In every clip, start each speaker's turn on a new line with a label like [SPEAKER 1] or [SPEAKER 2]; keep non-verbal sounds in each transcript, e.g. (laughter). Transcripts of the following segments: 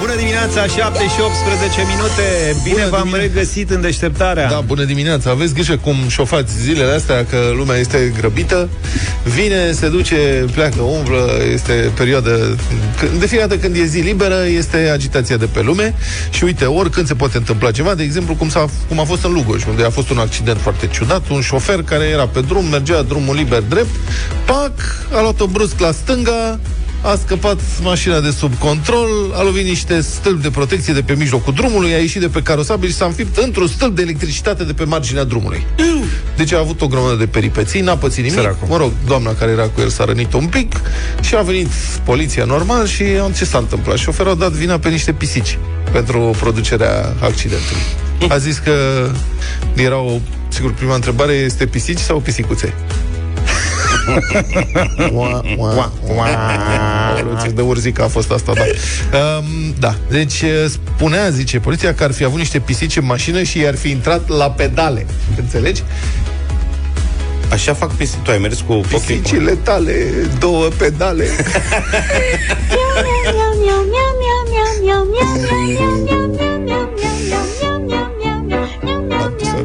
[SPEAKER 1] Bună dimineața, 7 și 18 minute. Bine
[SPEAKER 2] Bună
[SPEAKER 1] v-am
[SPEAKER 2] dimine-
[SPEAKER 1] regăsit în deșteptarea.
[SPEAKER 2] Da, bună dimineața. Aveți grijă cum șofați zilele astea, că lumea este grăbită. Vine, se duce, pleacă, umblă, este perioadă... De fiecare dată când e zi liberă, este agitația de pe lume și uite, oricând se poate întâmpla ceva, de exemplu, cum, s-a, cum a fost în Lugoj, unde a fost un accident foarte ciudat, un șofer care era pe drum, mergea drumul liber drept, pac, a luat-o brusc la stânga, a scăpat mașina de sub control, a lovit niște stâlpi de protecție de pe mijlocul drumului, a ieșit de pe carosabil și s-a înfipt într-un stâlp de electricitate de pe marginea drumului. Deci a avut o grămadă de peripeții, n-a pățit nimic.
[SPEAKER 1] Săracul.
[SPEAKER 2] Mă rog, doamna care era cu el s-a rănit un pic și a venit poliția normal și am- ce s-a întâmplat? Șoferul a dat vina pe niște pisici pentru producerea accidentului. A zis că erau, sigur, prima întrebare este pisici sau pisicuțe? Ua, ua, (laughs) ua. Aoleu, ce de urzică a fost asta, da. Um, da, deci uh, spunea, zice poliția, că ar fi avut niște pisici în mașină și i-ar fi intrat la pedale. Înțelegi?
[SPEAKER 3] Așa fac pisici. Tu ai mers cu Pokemon.
[SPEAKER 2] Pisicile tale, două pedale. (laughs)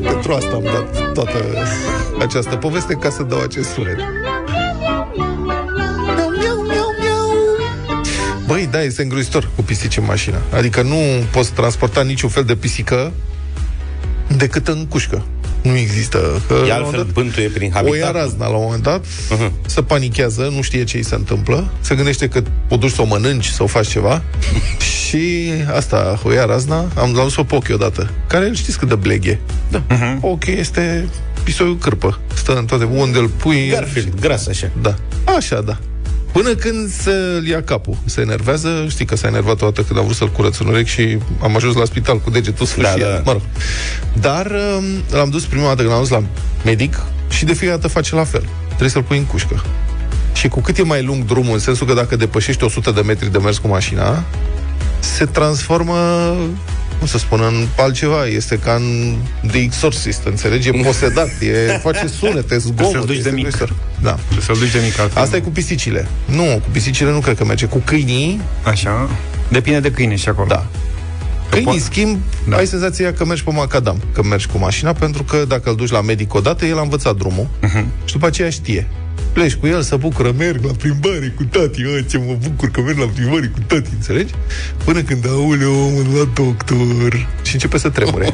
[SPEAKER 2] Pentru asta am dat toată această poveste ca să dau acest sunet. Băi, da, este îngrozitor cu pisici în mașină. Adică nu poți transporta niciun fel de pisică decât în cușcă. Nu există. Că,
[SPEAKER 3] E
[SPEAKER 2] la un
[SPEAKER 3] altfel
[SPEAKER 2] moment dat,
[SPEAKER 3] bântuie prin
[SPEAKER 2] O ia
[SPEAKER 3] habitat.
[SPEAKER 2] razna la un moment dat, uh-huh. se panichează, nu știe ce îi se întâmplă, se gândește că o duci să o mănânci, să o faci ceva și asta, o ia razna, am luat o pochi odată, care îl știți cât de bleg e. Da. Uh-huh. Pochi este pisoiul cârpă. Stă în toate, unde îl pui...
[SPEAKER 3] Garfield, gras așa.
[SPEAKER 2] Da. Așa, da. Până când se ia capul. Se enervează, știi că s-a enervat o dată când a vrut să-l curăț în urechi și am ajuns la spital cu degetul sfârșit.
[SPEAKER 3] Da, da.
[SPEAKER 2] Mă rog. Dar um, l-am dus prima dată când am dus la medic și de fiecare dată face la fel. Trebuie să-l pui în cușcă. Și cu cât e mai lung drumul, în sensul că dacă depășești 100 de metri de mers cu mașina, se transformă cum să spun, în altceva. Este ca în The Exorcist, înțelegi? E posedat, e, face sunete, zgomot.
[SPEAKER 4] duci de
[SPEAKER 2] este
[SPEAKER 4] mic.
[SPEAKER 2] grozitor. Da.
[SPEAKER 4] Trebuie să-l duci de mic altfel.
[SPEAKER 2] Asta e cu pisicile. Nu, cu pisicile nu cred că merge. Cu câinii,
[SPEAKER 4] Așa. Depinde de câine și acolo.
[SPEAKER 2] da. Câinii,
[SPEAKER 4] po-
[SPEAKER 2] schimb, da.
[SPEAKER 4] Da.
[SPEAKER 2] ai senzația că mergi pe macadam, că mergi cu mașina, pentru că dacă îl duci la medic odată, el a învățat drumul
[SPEAKER 4] Mhm.
[SPEAKER 2] uh-huh. și după aceea știe. Pleci cu el, să bucură, merg la plimbare cu tati, ă, ce mă bucur că merg la plimbare cu tati, înțelegi? Până când, auleu, omul la doctor și începe să
[SPEAKER 4] (laughs)
[SPEAKER 2] tremure.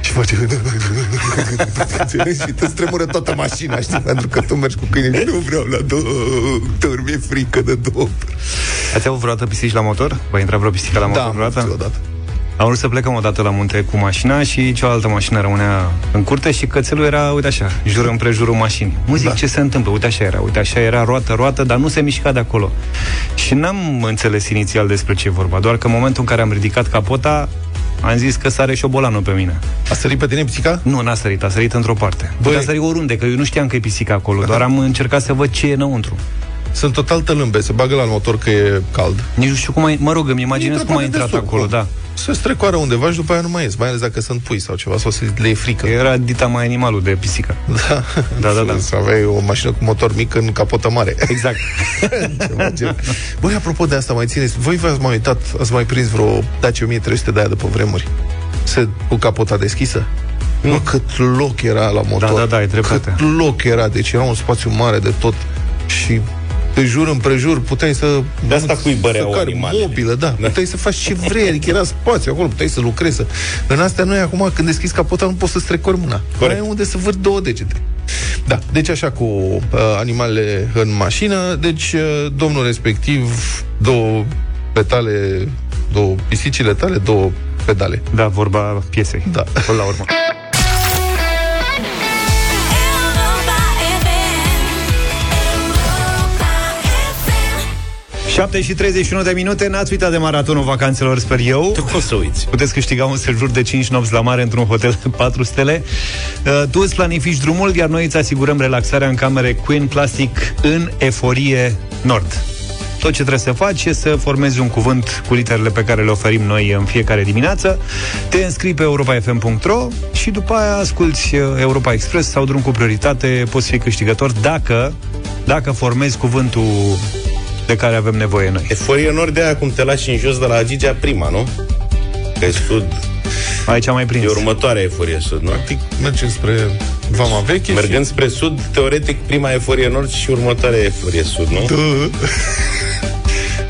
[SPEAKER 2] și face... (laughs) înțelegi? Și te stremură toată mașina, știi? Pentru că tu mergi cu câinii, nu vreau la doctor, mi-e frică de doctor.
[SPEAKER 4] Ați avut vreodată pisici la motor? Vă intra vreo pisică la motor
[SPEAKER 2] Da,
[SPEAKER 4] vreodată?
[SPEAKER 2] odată.
[SPEAKER 4] Am vrut să plecăm odată la munte cu mașina și cealaltă mașină rămânea în curte și cățelul era, uite așa, jur împrejurul mașinii. Mă zic, da. ce se întâmplă? Uite așa era, uite așa era, roată, roată, dar nu se mișca de acolo. Și n-am înțeles inițial despre ce e vorba, doar că în momentul în care am ridicat capota, am zis că sare șobolanul pe mine.
[SPEAKER 2] A sărit pe tine pisica?
[SPEAKER 4] Nu, n-a sărit, a sărit într-o parte.
[SPEAKER 2] Băi.
[SPEAKER 4] Băi. A sărit oriunde, că eu nu știam că e pisica acolo, doar am încercat să văd ce e înăuntru.
[SPEAKER 2] Sunt total tălâmbe, se bagă la motor că e cald.
[SPEAKER 4] Nici nu știu cum ai, mă rog, îmi imaginez cum a
[SPEAKER 2] pe
[SPEAKER 4] intrat
[SPEAKER 2] dedesubt,
[SPEAKER 4] acolo,
[SPEAKER 2] cum.
[SPEAKER 4] da.
[SPEAKER 2] Se strecoară undeva și după aia nu mai ies, mai ales dacă sunt pui sau ceva, sau se le e frică.
[SPEAKER 4] Era dita mai animalul de pisică.
[SPEAKER 2] Da,
[SPEAKER 4] Da, da, da.
[SPEAKER 2] Să aveai o mașină cu motor mic în capotă mare.
[SPEAKER 4] (laughs) Exact.
[SPEAKER 2] Ceva gen. Băi, apropo de asta, mai țineți, voi v-ați mai uitat, ați mai prins vreo Dacia 1300 de aia de pe vremuri? Se, cu capota deschisă? Nu, cât loc era la motor.
[SPEAKER 4] da, da, ai dreptate.
[SPEAKER 2] Cât loc era, deci era un spațiu mare de tot și de jur împrejur puteai să...
[SPEAKER 3] De asta cui băreau
[SPEAKER 2] să cari
[SPEAKER 3] animalele.
[SPEAKER 2] mobilă, da. da. Puteai să faci ce vrei, adică era spațiu acolo, puteai să lucrezi. Să... În astea noi acum, când deschizi capota, nu poți să strecori mâna.
[SPEAKER 3] Corect.
[SPEAKER 2] Mai e unde să vârt două degete. Da, deci așa cu uh, animalele în mașină, deci uh, domnul respectiv, două petale, două pisicile tale, două pedale.
[SPEAKER 4] Da, vorba piesei.
[SPEAKER 2] Da.
[SPEAKER 4] Până la urmă.
[SPEAKER 5] FM
[SPEAKER 4] 7 și 31 de minute, n-ați uitat de maratonul vacanțelor, sper eu.
[SPEAKER 3] Tu cum să uiți?
[SPEAKER 4] Puteți câștiga un sejur de 5 nopți la mare într-un hotel de 4 stele. Uh, Tu îți planifici drumul, iar noi îți asigurăm relaxarea în camere Queen Plastic în Eforie Nord. Tot ce trebuie să faci e să formezi un cuvânt cu literele pe care le oferim noi în fiecare dimineață, te înscrii pe europa.fm.ro și după aia asculti uh, Europa Express sau drum cu prioritate, poți fi câștigător dacă, dacă formezi cuvântul de care avem nevoie noi.
[SPEAKER 3] Eforie nord de aia cum te lași în jos de la Gigea prima, nu? Că e sud,
[SPEAKER 4] Aici am mai
[SPEAKER 3] e
[SPEAKER 4] prins.
[SPEAKER 3] următoarea eforie sud, nu?
[SPEAKER 2] Practic, mergem spre Vama Veche
[SPEAKER 3] Mergând spre sud, teoretic prima eforie nord și următoarea eforie sud, nu? (laughs)
[SPEAKER 2] și...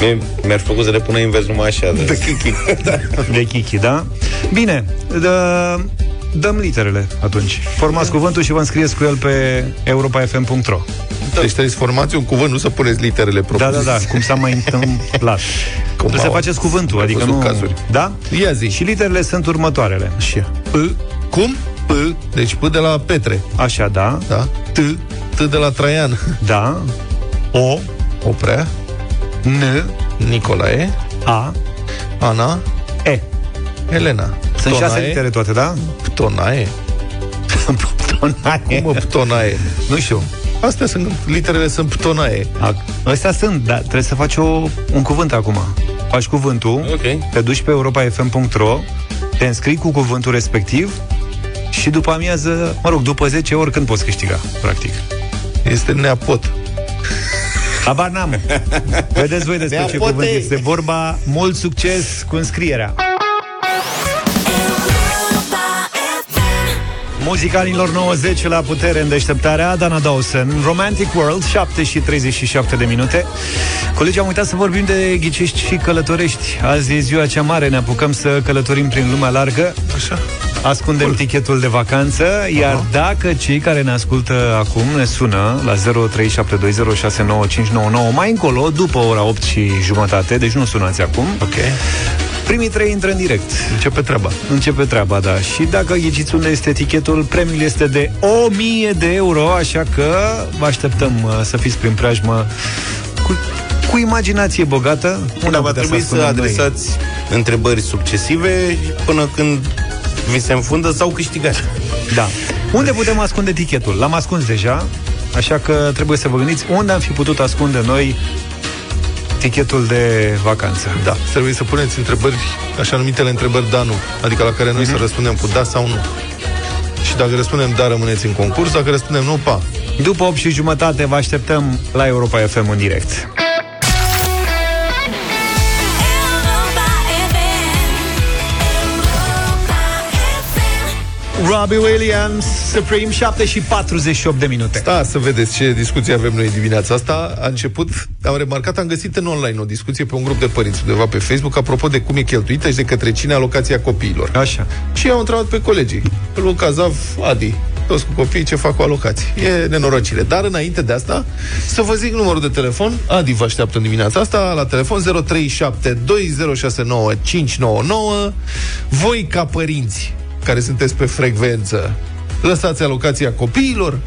[SPEAKER 3] Mie, mi-ar fi plăcut să le pună invers numai așa. De...
[SPEAKER 4] De Kiki, da? Bine, dă, dăm literele atunci. Formați cuvântul și vă înscrieți cu el pe europafm.ro
[SPEAKER 2] Deci trebuie să formați un cuvânt, nu să puneți literele
[SPEAKER 4] Da,
[SPEAKER 2] proprii.
[SPEAKER 4] da, da, cum s-a
[SPEAKER 2] (laughs)
[SPEAKER 4] mai întâmplat. Trebuie să
[SPEAKER 2] au-
[SPEAKER 4] faceți cuvântul,
[SPEAKER 2] Au
[SPEAKER 4] adică
[SPEAKER 2] văzut
[SPEAKER 4] nu...
[SPEAKER 2] cazuri.
[SPEAKER 4] Da?
[SPEAKER 2] Ia zi.
[SPEAKER 4] Și literele sunt următoarele.
[SPEAKER 2] Așa. P. Cum? P. Deci P de la Petre.
[SPEAKER 4] Așa, da,
[SPEAKER 2] Da? T. T de la Traian. (laughs)
[SPEAKER 4] da, O,
[SPEAKER 2] Oprea.
[SPEAKER 4] N,
[SPEAKER 2] Nicolae.
[SPEAKER 4] A,
[SPEAKER 2] Ana.
[SPEAKER 4] E.
[SPEAKER 2] Elena.
[SPEAKER 4] Sunt
[SPEAKER 2] Ptonae,
[SPEAKER 4] șase litere toate, da?
[SPEAKER 2] Ptonae. Cum
[SPEAKER 4] Ptonae.
[SPEAKER 2] mă,
[SPEAKER 4] (laughs)
[SPEAKER 2] Ptonae?
[SPEAKER 4] Nu știu.
[SPEAKER 2] Astea sunt, literele sunt Ptonae.
[SPEAKER 4] A, ăstea sunt, dar trebuie să faci o, un cuvânt acum. Faci cuvântul,
[SPEAKER 3] (laughs) Ok.
[SPEAKER 4] te duci pe europa.fm.ro, te înscrii cu cuvântul respectiv și după amiază, mă rog, după 10 ori când poți câștiga, practic.
[SPEAKER 2] Este neapot.
[SPEAKER 4] Habar n-am. Vedeți voi despre ce
[SPEAKER 3] Neapote.
[SPEAKER 4] cuvânt este vorba. Mult succes cu înscrierea.
[SPEAKER 5] Europa FM.
[SPEAKER 4] Muzica anilor 90 la putere în deșteptarea Dana Dawson, Romantic World 7 și 37 de minute Colegi, am uitat să vorbim de ghicești și călătorești Azi e ziua cea mare, ne apucăm să călătorim prin lumea largă
[SPEAKER 2] Așa.
[SPEAKER 4] Ascundem tichetul de vacanță Iar dacă cei care ne ascultă acum ne sună La 0372069599 Mai încolo, după ora 8 și jumătate Deci nu sunați acum
[SPEAKER 2] Ok.
[SPEAKER 4] Primii trei intră în direct
[SPEAKER 2] Începe treaba.
[SPEAKER 4] Începe treaba, da. Și dacă ghiciți unde este etichetul, premiul este de 1000 de euro, așa că vă așteptăm uh, să fiți prin preajmă cu, cu imaginație bogată. Unde
[SPEAKER 3] Da,
[SPEAKER 4] am
[SPEAKER 3] va
[SPEAKER 4] putea
[SPEAKER 3] trebui să
[SPEAKER 4] ascundem noi?
[SPEAKER 3] adresați întrebări succesive până când vi se înfundă sau câștigați.
[SPEAKER 4] Da. Unde putem ascunde etichetul? L-am ascuns deja, așa că trebuie să vă gândiți unde am fi putut ascunde noi tichetul de vacanță.
[SPEAKER 2] Da. Trebuie să puneți întrebări, așa numitele întrebări da, nu. Adică la care noi
[SPEAKER 4] Mhm.
[SPEAKER 2] să răspundem cu da sau nu. Și dacă răspundem da, rămâneți în concurs. Dacă răspundem nu, pa.
[SPEAKER 4] După 8 și jumătate vă așteptăm la Europa FM în direct.
[SPEAKER 5] Europa FM. Europa FM.
[SPEAKER 4] Robbie Williams, Supreme, 7 și 48 de minute.
[SPEAKER 2] Da, să vedeți ce discuție avem noi dimineața asta. A început, am remarcat, am găsit în online o discuție pe un grup de părinți undeva pe Facebook apropo de cum e cheltuită și de către cine alocația copiilor.
[SPEAKER 4] Așa.
[SPEAKER 2] Și au întrebat pe colegii, Luca Zav, Adi, toți cu copiii ce fac cu alocații. E nenorocire. Dar înainte de asta, să vă zic numărul de telefon. Adi vă așteaptă în dimineața asta la telefon 0372069599. Voi ca părinți care sunteți pe frecvență, lăsați alocația copiilor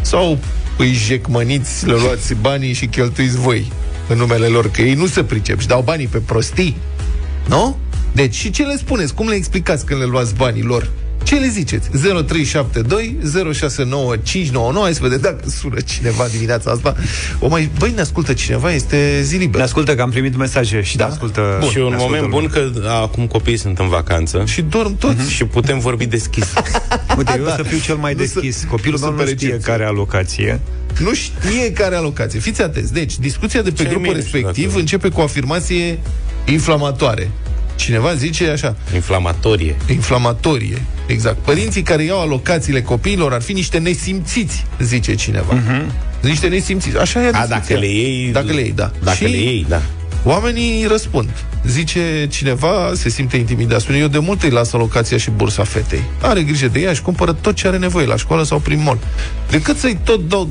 [SPEAKER 2] sau îi jecmăniți, le luați banii și cheltuiți voi în numele lor, că ei nu se pricep și dau banii pe prostii. Nu? Deci și ce le spuneți? Cum le explicați când le luați banii lor? Ce le ziceți? 0372 069599 Hai să vedem dacă sună cineva dimineața asta O mai... Băi, ne ascultă cineva? Este zi
[SPEAKER 4] Ne
[SPEAKER 2] liberă
[SPEAKER 4] ascultă că am primit mesaje și da? ne ascultă...
[SPEAKER 3] Bun, și e
[SPEAKER 4] ne
[SPEAKER 3] un
[SPEAKER 4] ascultă
[SPEAKER 3] moment bun
[SPEAKER 4] lumea.
[SPEAKER 3] că acum copiii sunt în vacanță și,
[SPEAKER 2] Și dorm toți
[SPEAKER 3] și putem vorbi deschis.
[SPEAKER 4] Uite, eu o să fiu cel mai
[SPEAKER 2] Nu
[SPEAKER 4] deschis.
[SPEAKER 2] să-
[SPEAKER 4] Copilul
[SPEAKER 2] nu
[SPEAKER 4] meu
[SPEAKER 2] să
[SPEAKER 4] nu știe
[SPEAKER 2] pereceți.
[SPEAKER 4] care alocație.
[SPEAKER 2] Nu știe care alocație. Fiți atenți. Deci, discuția de pe
[SPEAKER 3] Ce-i
[SPEAKER 2] grupul
[SPEAKER 3] mine,
[SPEAKER 2] respectiv
[SPEAKER 3] știu,
[SPEAKER 2] începe cu o afirmație inflamatoare. Cineva zice așa,
[SPEAKER 3] Inflamatorie.
[SPEAKER 2] inflamatorie. Exact. Părinții care iau alocațiile copiilor ar fi niște nesimțiți, zice cineva. Niște nesimțiți. Așa e
[SPEAKER 3] Mhm. A,
[SPEAKER 2] discuția.
[SPEAKER 3] dacă le iei...
[SPEAKER 2] Dacă le iei, da.
[SPEAKER 3] Dacă
[SPEAKER 2] Și
[SPEAKER 3] le iei, da.
[SPEAKER 2] Oamenii răspund. Zice cineva, se simte intimidat. Spune, eu de mult îi las alocația și bursa fetei. Are grijă de ea și cumpără tot ce are nevoie la școală sau prin mall. Decât să-i tot dau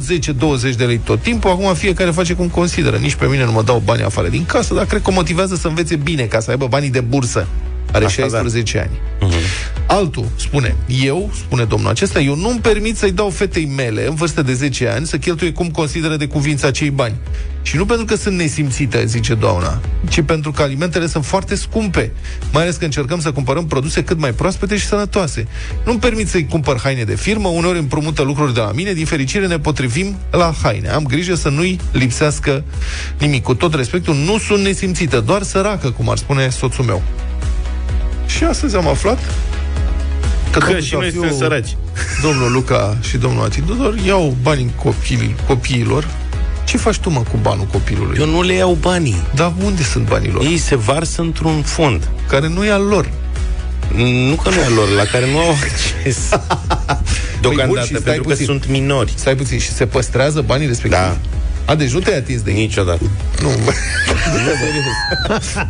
[SPEAKER 2] 10-20 de lei tot timpul, acum fiecare face cum consideră. Nici pe mine nu mă dau bani afară din casă, dar cred că o motivează să învețe bine ca să aibă banii de bursă. Are
[SPEAKER 3] Așa, da.
[SPEAKER 2] 16 ani. Altul spune, eu, spune domnul acesta, eu nu-mi permit să-i dau fetei mele în vârstă de 10 ani să cheltuie cum consideră de cuvință acei bani. Și nu pentru că sunt nesimțite, zice doamna, ci pentru că alimentele sunt foarte scumpe, mai ales că încercăm să cumpărăm produse cât mai proaspete și sănătoase. Nu-mi permit să-i cumpăr haine de firmă, uneori împrumută lucruri de la mine, din fericire ne potrivim la haine. Am grijă să nu-i lipsească nimic. Cu tot respectul, nu sunt nesimțită, doar săracă, cum ar spune soțul meu. Și astăzi am aflat că,
[SPEAKER 3] Că
[SPEAKER 2] domnul
[SPEAKER 3] și noi
[SPEAKER 2] Zafiu,
[SPEAKER 3] suntem săraci.
[SPEAKER 2] Domnul Luca și domnul Ati Tudor iau banii copiii, copiilor Ce faci tu, mă, cu banul copilului?
[SPEAKER 3] Eu nu le iau banii.
[SPEAKER 2] Dar unde sunt banii lor?
[SPEAKER 3] Ei se varsă într-un fond.
[SPEAKER 2] Care nu e al lor.
[SPEAKER 3] Nu că nu e al lor, la care nu au acces.
[SPEAKER 2] bun, și
[SPEAKER 3] Deocamdată,
[SPEAKER 2] stai
[SPEAKER 3] pentru că
[SPEAKER 2] puțin.
[SPEAKER 3] sunt minori.
[SPEAKER 2] Stai puțin, și se păstrează banii respectivi?
[SPEAKER 3] Da.
[SPEAKER 2] A, deci nu te-ai atins de ei.
[SPEAKER 3] Niciodată.
[SPEAKER 2] Nu, bă.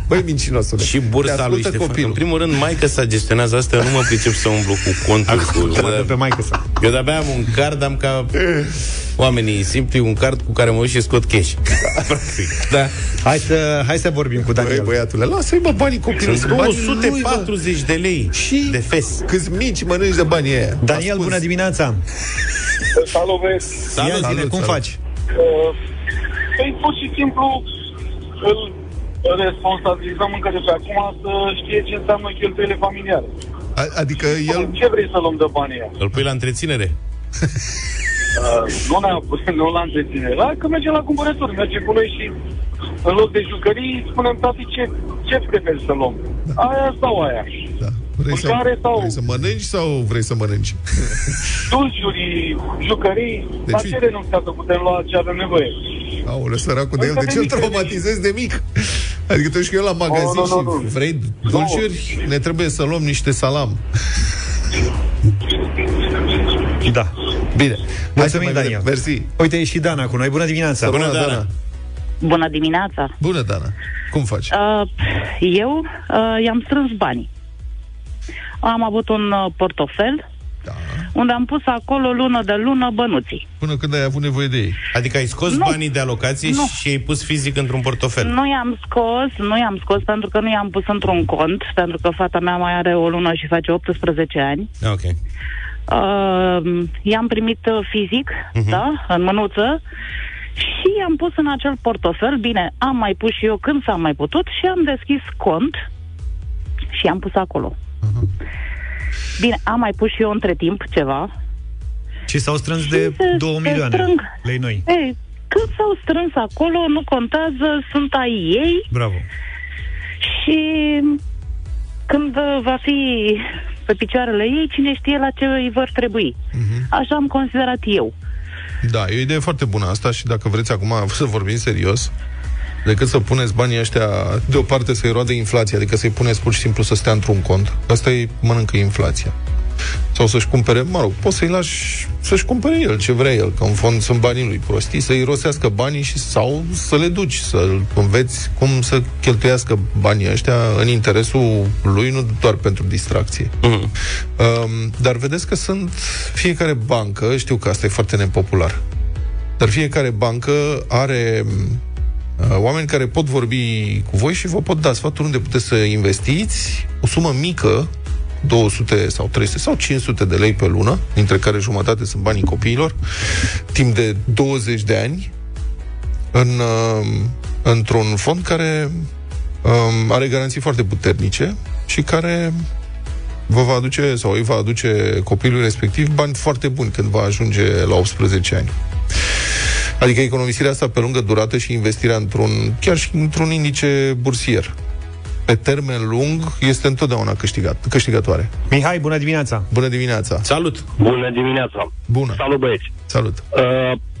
[SPEAKER 2] Băi, mincinosule.
[SPEAKER 3] Și
[SPEAKER 2] Te
[SPEAKER 3] bursa lui
[SPEAKER 2] ascultă
[SPEAKER 3] Ștefan. În
[SPEAKER 2] copilul.
[SPEAKER 3] primul rând, maica sa gestionează asta, eu nu mă pricep să umblu cu contul. Cu,
[SPEAKER 4] Mă dă pe maică sa.
[SPEAKER 3] eu de-abia am un card, am ca oamenii simpli, un card cu care mă duc și scot cash. (laughs) Practic. Da.
[SPEAKER 4] Hai să, hai să vorbim cu
[SPEAKER 2] Băi,
[SPEAKER 4] Daniel.
[SPEAKER 2] băiatule, lasă-i, bă, banii copilului.
[SPEAKER 3] Sunt
[SPEAKER 2] Sunt banii lui, bă.
[SPEAKER 3] 240 de lei
[SPEAKER 2] Și-
[SPEAKER 3] de fes.
[SPEAKER 2] Câți mici mănânci de banii aia.
[SPEAKER 4] Daniel,
[SPEAKER 2] Ascunzi.
[SPEAKER 4] bună dimineața!
[SPEAKER 6] Salut, băieți.
[SPEAKER 4] Ia
[SPEAKER 3] Salut,
[SPEAKER 4] zile,
[SPEAKER 3] salut,
[SPEAKER 4] cum
[SPEAKER 3] salut.
[SPEAKER 4] faci?
[SPEAKER 6] Uh, Păi pur și simplu îl responsabilizăm încă de pe acum să știe ce înseamnă cheltuielile familiale. Păi,
[SPEAKER 2] A, adică el...
[SPEAKER 6] Ce vrei să luăm de banii ăia?
[SPEAKER 3] Îl pui la întreținere.
[SPEAKER 2] Da.
[SPEAKER 6] Uh, Nu, ne nu la întreținere. La că mergem la cumpărături, mergem cu noi și în loc de jucării spunem, tati, ce, ce preferi să luăm? Aia sau aia?
[SPEAKER 2] Da. Vrei
[SPEAKER 6] Mâncare sau-
[SPEAKER 2] vrei să mănânci sau vrei să mănânci?
[SPEAKER 6] Dulciuri, jucării,
[SPEAKER 2] Deci-
[SPEAKER 6] dar ce renunțat să putem lua ce avem nevoie?
[SPEAKER 2] Aoleu, săracul de el,
[SPEAKER 6] Încă
[SPEAKER 2] de
[SPEAKER 6] de
[SPEAKER 2] ce îl
[SPEAKER 6] mic, de
[SPEAKER 2] traumatizezi de mic? Adică tu ești cu el la magazin
[SPEAKER 6] nu, nu,
[SPEAKER 2] și
[SPEAKER 6] nu.
[SPEAKER 2] vrei dulciuri? Ne trebuie să luăm niște salam.
[SPEAKER 4] Da.
[SPEAKER 2] Bine. Hai să
[SPEAKER 4] Mulțumim,
[SPEAKER 2] mai
[SPEAKER 4] Daniel.
[SPEAKER 2] vedem. Mersi.
[SPEAKER 4] Uite, e și Dana cu noi. Bună dimineața!
[SPEAKER 2] Bună,
[SPEAKER 3] Bună,
[SPEAKER 2] Dana.
[SPEAKER 3] Dana.
[SPEAKER 7] Bună dimineața!
[SPEAKER 2] Bună, Dana. Cum faci?
[SPEAKER 7] Uh, Eu uh, i-am strâns banii. Am avut un uh, portofel
[SPEAKER 2] Da.
[SPEAKER 7] unde am pus acolo lună de lună bănuții.
[SPEAKER 2] Până când ai avut nevoie de ei.
[SPEAKER 3] Adică ai scos
[SPEAKER 7] Nu.
[SPEAKER 3] banii de alocație
[SPEAKER 7] Nu.
[SPEAKER 3] și ai pus fizic într-un portofel.
[SPEAKER 7] Nu i-am scos, nu i-am scos pentru că nu i-am pus într-un cont, pentru că fata mea mai are o lună și face 18 ani.
[SPEAKER 3] Ah, Ok.
[SPEAKER 7] Uh, i-am primit uh, fizic, uh-huh. da, în mânuță și i-am pus în acel portofel, bine, am mai pus și eu când s-am mai putut și am deschis cont și am pus acolo. Uh-huh. Bine, am mai pus și eu între timp ceva.
[SPEAKER 4] Și s-au strâns de
[SPEAKER 7] se-
[SPEAKER 4] 2
[SPEAKER 7] se
[SPEAKER 4] milioane
[SPEAKER 7] strâng.
[SPEAKER 4] lei noi.
[SPEAKER 7] Ei, când s-au strâns acolo, nu contează, sunt ai ei
[SPEAKER 4] Bravo.
[SPEAKER 7] și când uh, va fi pe picioarele ei, cine știe la ce îi vor trebui.
[SPEAKER 4] Mhm.
[SPEAKER 7] Uh-huh. Așa am considerat eu.
[SPEAKER 2] Da, e o idee foarte bună asta și dacă vreți acum să vorbim serios, decât să puneți banii ăștia deoparte să-i roade inflația, adică să-i puneți pur și simplu să stea într-un cont, asta îi mănâncă inflația. Sau să-și cumpere, mă rog, poți să-i lași să-și cumpere el ce vrea el, că în fond sunt banii lui prostii, să-i rosească banii și sau să le duci, să-l înveți cum să cheltuiască banii ăștia în interesul lui, nu doar pentru distracție. Um, dar vedeți că sunt fiecare bancă, știu că asta e foarte nepopular, dar fiecare bancă are m, uh, oameni care pot vorbi cu voi și vă pot da sfaturi unde puteți să investiți o sumă mică, 200 sau 300 sau 500 de lei pe lună, dintre care jumătate sunt banii copiilor, timp de 20 de ani, în, uh, într-un fond care um, are garanții foarte puternice și care vă va aduce sau îi va aduce copilul respectiv bani foarte buni când va ajunge la 18 ani. Adică economisirea asta pe lungă durată și investirea într-un, chiar și într-un indice bursier. Pe termen lung este întotdeauna câștigat, câștigătoare.
[SPEAKER 4] Mihai, bună dimineața!
[SPEAKER 2] Bună dimineața!
[SPEAKER 3] Salut!
[SPEAKER 8] Bună dimineața!
[SPEAKER 2] Bună!
[SPEAKER 8] Salut băieți!
[SPEAKER 2] Salut!
[SPEAKER 8] Uh,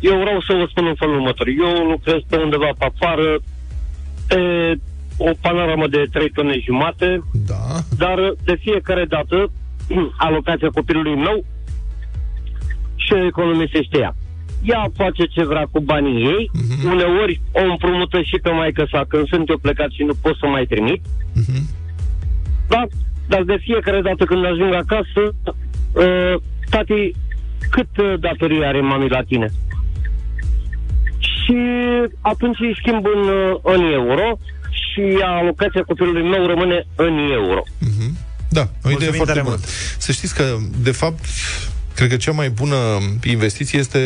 [SPEAKER 8] Eu vreau să vă spun în felul următor. Eu lucrez pe undeva pe afară, pe o panoramă de 3 tone jumate,
[SPEAKER 2] Da,
[SPEAKER 8] dar de fiecare dată (clears throat) alocația copilului meu și economisește ea. Ea face ce vrea cu banii ei, uh-huh. uneori o împrumută și pe maică sa când sunt eu plecat și nu pot să mai trimit. Uh-huh. Da? Dar de fiecare dată când ajung acasă, uh, tati, cât uh, datorie are mami la tine? și atunci îi schimb în, uh, în euro și alocația copilului meu rămâne în euro.
[SPEAKER 2] da, o idee
[SPEAKER 4] Mulțumim
[SPEAKER 2] foarte
[SPEAKER 4] tare
[SPEAKER 2] bună.
[SPEAKER 4] mult.
[SPEAKER 2] Să știți că, de fapt, cred că cea mai bună investiție este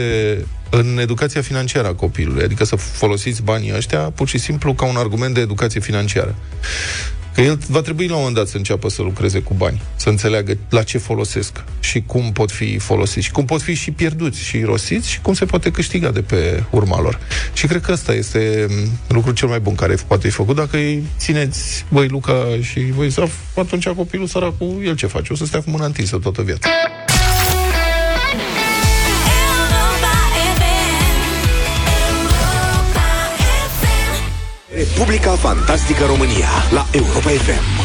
[SPEAKER 2] în educația financiară a copilului, adică să folosiți banii ăștia pur și simplu ca un argument de educație financiară. Că el va trebui la un moment dat să înceapă să lucreze cu bani, să înțeleagă la ce folosesc și cum pot fi folosiți și cum pot fi și pierduți și rosiți și cum se poate câștiga de pe urma lor. Și cred că asta este m, lucrul cel mai bun care poate fi făcut dacă îi țineți voi Luca și voi Zaf, atunci copilul săracul, el ce face? O să stea cu mâna întinsă toată viața.
[SPEAKER 5] Europa FM. Europa
[SPEAKER 9] Republica Fantastică România la Europa FM.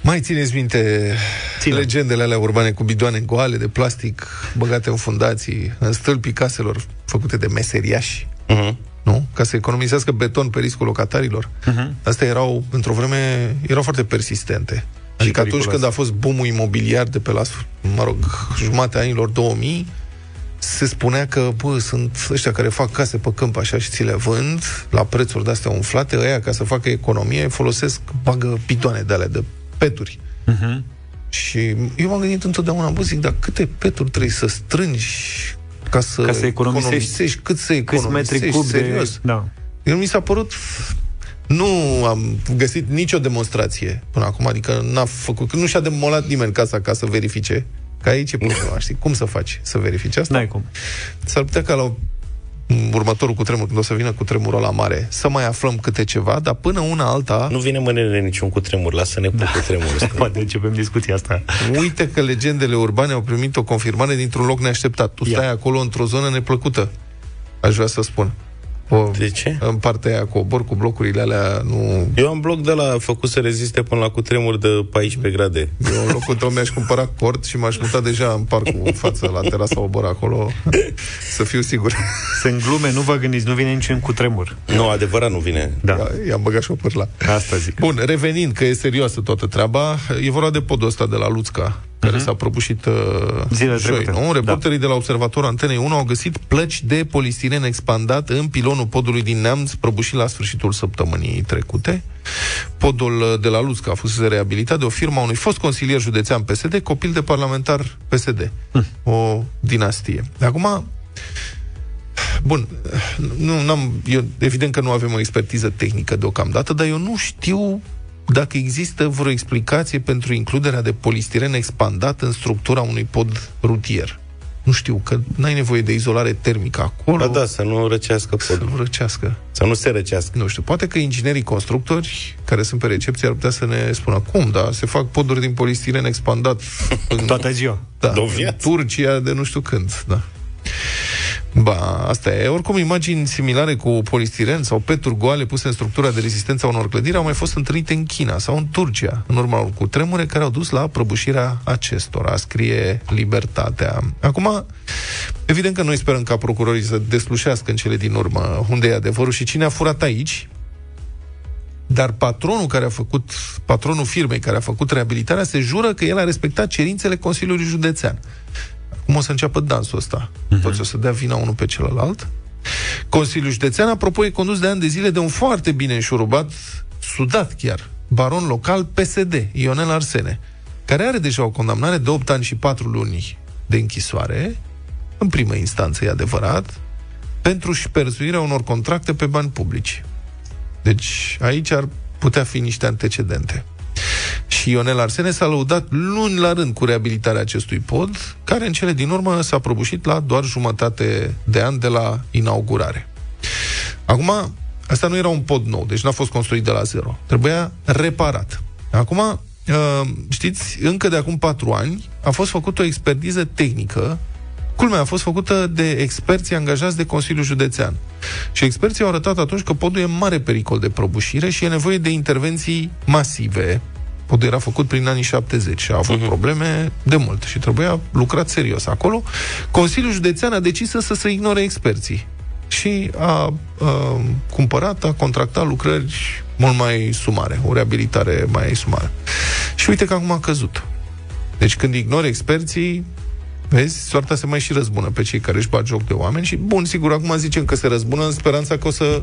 [SPEAKER 2] Mai țineți minte
[SPEAKER 4] Ținem.
[SPEAKER 2] legendele alea urbane cu bidoane goale de plastic băgate în fundații, în stâlpii caselor făcute de meseriași? Nu? Ca să economisească beton pe riscul locatarilor.
[SPEAKER 4] Mhm.
[SPEAKER 2] Astea erau, într-o vreme, erau foarte persistente. Și că atunci
[SPEAKER 4] periculoase.
[SPEAKER 2] când a fost boomul imobiliar de pe la, mă rog, jumatea anilor 2000, se spunea că, bă, sunt ăștia care fac case pe câmp așa și ți le vând la prețuri de-astea umflate, ăia ca să facă economie folosesc, bagă pitoane de alea de peturi.
[SPEAKER 4] Mhm.
[SPEAKER 2] Și eu m-am gândit întotdeauna, bă, zic, dar câte peturi trebuie să strângi ca să,
[SPEAKER 4] Ca să economisești?
[SPEAKER 2] cât să
[SPEAKER 4] Câți
[SPEAKER 2] economisești,
[SPEAKER 4] metri cub
[SPEAKER 2] serios.
[SPEAKER 4] de... Da.
[SPEAKER 2] Eu mi s-a părut... Nu am găsit nicio demonstrație până acum, adică n-a făcut, că nu și-a demolat nimeni casa ca să verifice. Că aici e problema, știi? Cum să faci să verifici asta?
[SPEAKER 4] N-ai cum.
[SPEAKER 2] S-ar putea ca la următorul cu tremur, când o să vină cu tremurul la mare, să mai aflăm câte ceva, dar până una alta,
[SPEAKER 4] (laughs)
[SPEAKER 3] Nu vine mâinile niciun cu tremur, lasă-ne da. cu tremur
[SPEAKER 2] (laughs)
[SPEAKER 3] ăsta.
[SPEAKER 4] Poate
[SPEAKER 2] deci-
[SPEAKER 4] începem discuția asta.
[SPEAKER 2] uite că legendele urbane au primit o confirmare dintr-un loc neașteptat. Tu stai acolo într-o zonă neplăcută, aș vrea să spun. O,
[SPEAKER 3] De ce?
[SPEAKER 2] În partea aia cu obor, cu blocurile alea, nu...
[SPEAKER 3] Eu am bloc de la făcut să reziste până la cu tremur de 14 grade.
[SPEAKER 2] Eu în locul tău mi-aș cumpăra cort și m-aș muta deja în parcul în față, la terasa obor acolo, să fiu sigur.
[SPEAKER 4] Sunt glume, nu vă gândiți, nu vine niciun cu tremur.
[SPEAKER 3] Nu, adevărat nu vine.
[SPEAKER 4] Da,
[SPEAKER 2] I-am băgat și o pârla.
[SPEAKER 4] asta zic.
[SPEAKER 2] Bun, revenind, că e serioasă toată treaba, e vorba de podul ăsta de la Luțca, care s-a prăbușit uh,
[SPEAKER 4] Mhm. Zilele
[SPEAKER 2] joi,
[SPEAKER 4] trecute. Da.
[SPEAKER 2] nu? Reporterii de la Observator Antenei 1 au găsit plăci de polistiren expandat în pilonul podului din Neamț, prăbușit la sfârșitul săptămânii trecute. Podul uh, de la Luțca a fost reabilitat de o firmă a unui fost consilier județean PSD, copil de parlamentar PSD.
[SPEAKER 4] Hm.
[SPEAKER 2] O dinastie. Acum, Bun, nu, n-am, eu, evident că nu avem o expertiză tehnică deocamdată, dar eu nu știu dacă există vreo explicație pentru includerea de polistiren expandat în structura unui pod rutier. Nu știu, că n-ai nevoie de izolare termică acolo.
[SPEAKER 3] Ba da, să nu răcească
[SPEAKER 2] Să
[SPEAKER 3] podul.
[SPEAKER 2] nu răcească.
[SPEAKER 3] Să nu se răcească.
[SPEAKER 2] Nu știu, poate că inginerii constructori care sunt pe recepție ar putea să ne spună cum, da, se fac poduri din polistiren
[SPEAKER 3] (laughs)
[SPEAKER 2] expandat în
[SPEAKER 4] Toată ziua.
[SPEAKER 2] da,
[SPEAKER 3] De o
[SPEAKER 2] în
[SPEAKER 3] viață.
[SPEAKER 2] Turcia de nu știu când, da. Ba, asta e. Oricum, imagini similare cu polistiren sau peturi goale puse în structura de rezistență a unor clădiri au mai fost întâlnite în China sau în Turcia, în urma unor cutremure care au dus la prăbușirea acestora, scrie Libertatea. Acum, evident că noi sperăm ca procurorii să deslușească în cele din urmă unde e adevărul și cine a furat aici, dar patronul care a făcut, patronul firmei care a făcut reabilitarea se jură că el a respectat cerințele Consiliului Județean. Acum o să înceapă dansul ăsta. Toți o să dea vina unul pe celălalt. Consiliul Județean, apropo, e condus de ani de zile de un foarte bine înșurubat, sudat chiar, baron local PSD, Ionel Arsene, care are deja o condamnare de 8 ani și 4 luni de închisoare, în primă instanță, e adevărat, pentru șpersuirea unor contracte pe bani publici. Deci aici ar putea fi niște antecedente. Și Ionel Arsene s-a lăudat luni la rând cu reabilitarea acestui pod, care în cele din urmă s-a prăbușit la doar jumătate de an de la inaugurare. Acum, asta nu era un pod nou, deci n-a fost construit de la zero. Trebuia reparat. Acum, ă, știți, încă de acum patru ani a fost făcută o expertiză tehnică Culmea a fost făcută de experții angajați de Consiliul Județean. Și experții au arătat atunci că podul e în mare pericol de prăbușire și e nevoie de intervenții masive. Podul era făcut prin anii 70 și a avut probleme de mult și trebuia lucrat serios acolo. Consiliul Județean a decis să se ignore experții și a, a cumpărat, a contractat lucrări mult mai sumare, o reabilitare mai sumară. Și uite că acum a căzut. Deci când ignori experții, Vezi, soarta se mai și răzbună pe cei care își bat joc de oameni și, bun, sigur, acum zicem că se răzbună în speranța că o să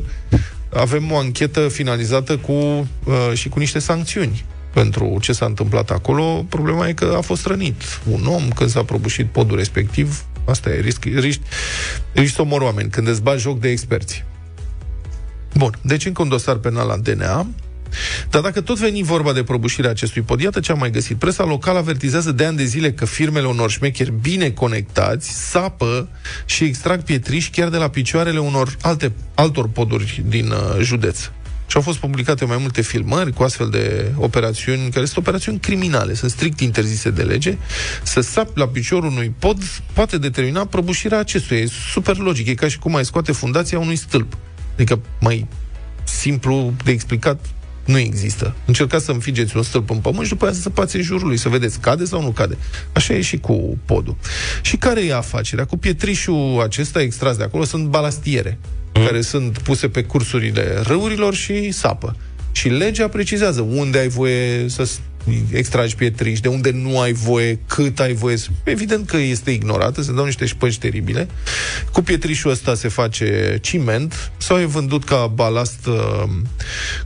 [SPEAKER 2] avem o anchetă finalizată cu, uh, și cu niște sancțiuni pentru ce s-a întâmplat acolo. Problema e că a fost rănit un om când s-a prăbușit podul respectiv. Asta e, risc, riști, riști să omori oameni când îți bagi joc de experți. Bun, deci încă un dosar penal la DNA. Dar dacă tot veni vorba de prăbușirea acestui pod, iată ce am mai găsit. Presa locală avertizează de ani de zile că firmele unor șmecheri bine conectați sapă și extrag pietriș chiar de la picioarele unor alte, altor poduri din uh, județ. Și au fost publicate mai multe filmări cu astfel de operațiuni, care sunt operațiuni criminale, sunt strict interzise de lege. Să sap la piciorul unui pod poate determina prăbușirea acestuia. E super logic, e ca și cum ai scoate fundația unui stâlp. Adică mai simplu de explicat nu există. Încercați să înfigeți un stâlp în pământ și după aia să săpați în jurul lui, să vedeți cade sau nu cade. Așa e și cu podul. Și care e afacerea? Cu pietrișul acesta extras de acolo sunt balastiere, mm. care sunt puse pe cursurile râurilor și sapă. Și legea precizează unde ai voie să s- extragi pietriș, de unde nu ai voie, cât ai voie. să- Evident că este ignorată, se dau niște șpăci teribile. Cu pietrișul ăsta se face ciment sau e vândut ca balast, uh,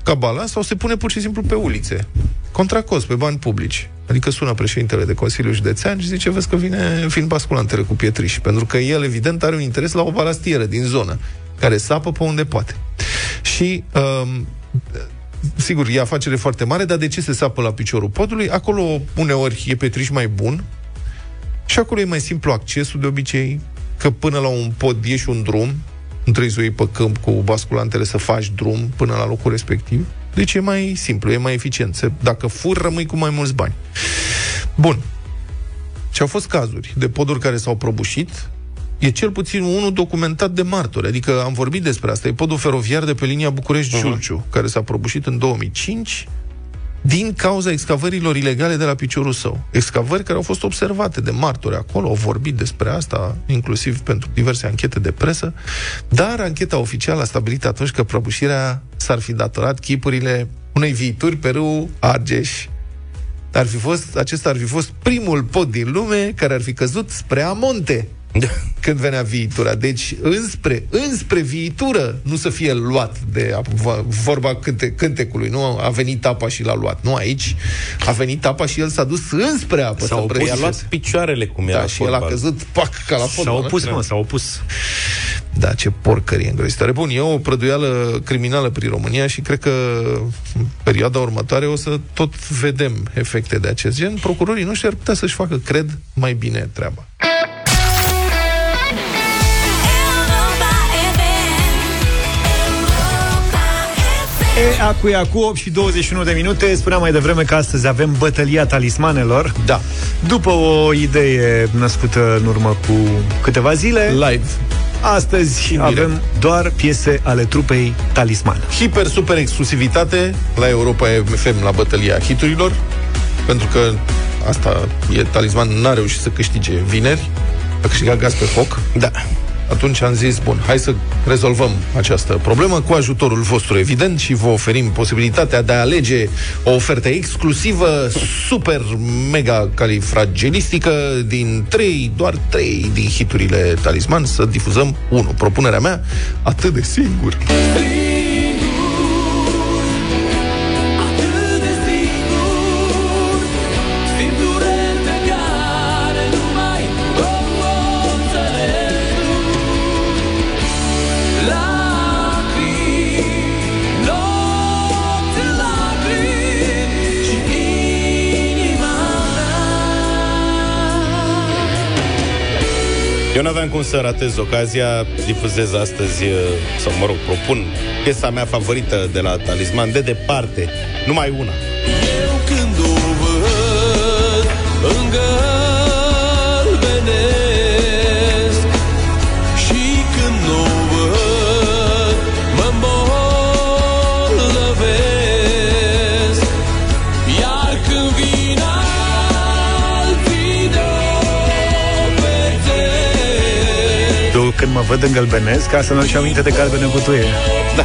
[SPEAKER 2] ca balast sau se pune pur și simplu pe ulițe. Contra cost, pe bani publici. Adică sună președintele de Consiliu Județean și zice, vezi că vine, vin basculantele cu pietriș, pentru că el, evident, are un interes la o balastieră din zonă, care sapă pe unde poate. Și um, sigur, e afacere foarte mare, dar de ce se sapă la piciorul podului? Acolo, uneori, e petriș mai bun și acolo e mai simplu accesul de obicei, că până la un pod ieși un drum, nu trebuie să o iei pe câmp cu basculantele să faci drum până la locul respectiv. Deci e mai simplu, e mai eficient. Se- Dacă fur, rămâi cu mai mulți bani. Bun. Și au fost cazuri de poduri care s-au prăbușit, E cel puțin unul documentat de martori. Adică am vorbit despre asta. E podul feroviar de pe linia București-Giurgiu, uh-huh. care s-a prăbușit în 2005 din cauza excavărilor ilegale de la piciorul său. Excavări care au fost observate de martori acolo, au vorbit despre asta, inclusiv pentru diverse anchete de presă, dar ancheta oficială a stabilit atunci că prăbușirea s-ar fi datorat chipurile unei viituri pe râul Argeș. Ar fi fost, acesta ar fi fost primul pod din lume care ar fi căzut spre Amonte când venea viitura. Deci, înspre, înspre viitură, nu să fie luat de ap- va- vorba cânte, cântecului, nu? A venit apa și l-a luat. Nu aici. A venit apa și el s-a dus înspre apă.
[SPEAKER 3] S-a
[SPEAKER 2] să
[SPEAKER 3] opus, i-a luat
[SPEAKER 2] prăbușească.
[SPEAKER 3] picioarele cum era
[SPEAKER 2] Da, și el a
[SPEAKER 3] fotbal.
[SPEAKER 2] căzut, pac, ca la
[SPEAKER 4] S-a
[SPEAKER 2] fotbal. nu?
[SPEAKER 4] opus, mă, s-a opus.
[SPEAKER 2] Da, ce porcărie îngrozitoare. Bun, e o prăduială criminală prin România și cred că în perioada următoare o să tot vedem efecte de acest gen. Procurorii noștri ar putea să-și facă, cred, mai bine treaba.
[SPEAKER 5] Europa FM.
[SPEAKER 4] E, acu, e acu, 8 și 21 de minute. Spuneam mai devreme că astăzi avem bătălia talismanelor.
[SPEAKER 2] Da,
[SPEAKER 4] După o idee născută în urmă cu câteva zile,
[SPEAKER 2] live.
[SPEAKER 4] astăzi
[SPEAKER 2] direct.
[SPEAKER 4] avem doar piese ale trupei Talisman.
[SPEAKER 2] Hiper, super exclusivitate la Europa FM, la bătălia hiturilor, pentru că asta e talisman, n-a reușit să câștige vineri, a câștigat gaz pe foc.
[SPEAKER 3] Da.
[SPEAKER 2] Atunci am zis, bun, hai să rezolvăm această problemă cu ajutorul vostru, evident, și vă oferim posibilitatea de a alege o ofertă exclusivă, super mega califragilistică, din 3, doar 3 din hiturile talisman, să difuzăm 1. Propunerea mea, atât de singur.
[SPEAKER 3] Eu n-aveam cum să ratez ocazia, difuzez astăzi, eh, sau mă rog, propun piesa mea favorită de la Talisman, de departe, numai una.
[SPEAKER 10] Eu când o văd îngălbenesc Și când o văd mă îmbolnăvesc Iar când vin alții de
[SPEAKER 4] Eu când mă văd în gălbenesc, asta mi-am și aminte de galbenă butuie. Da.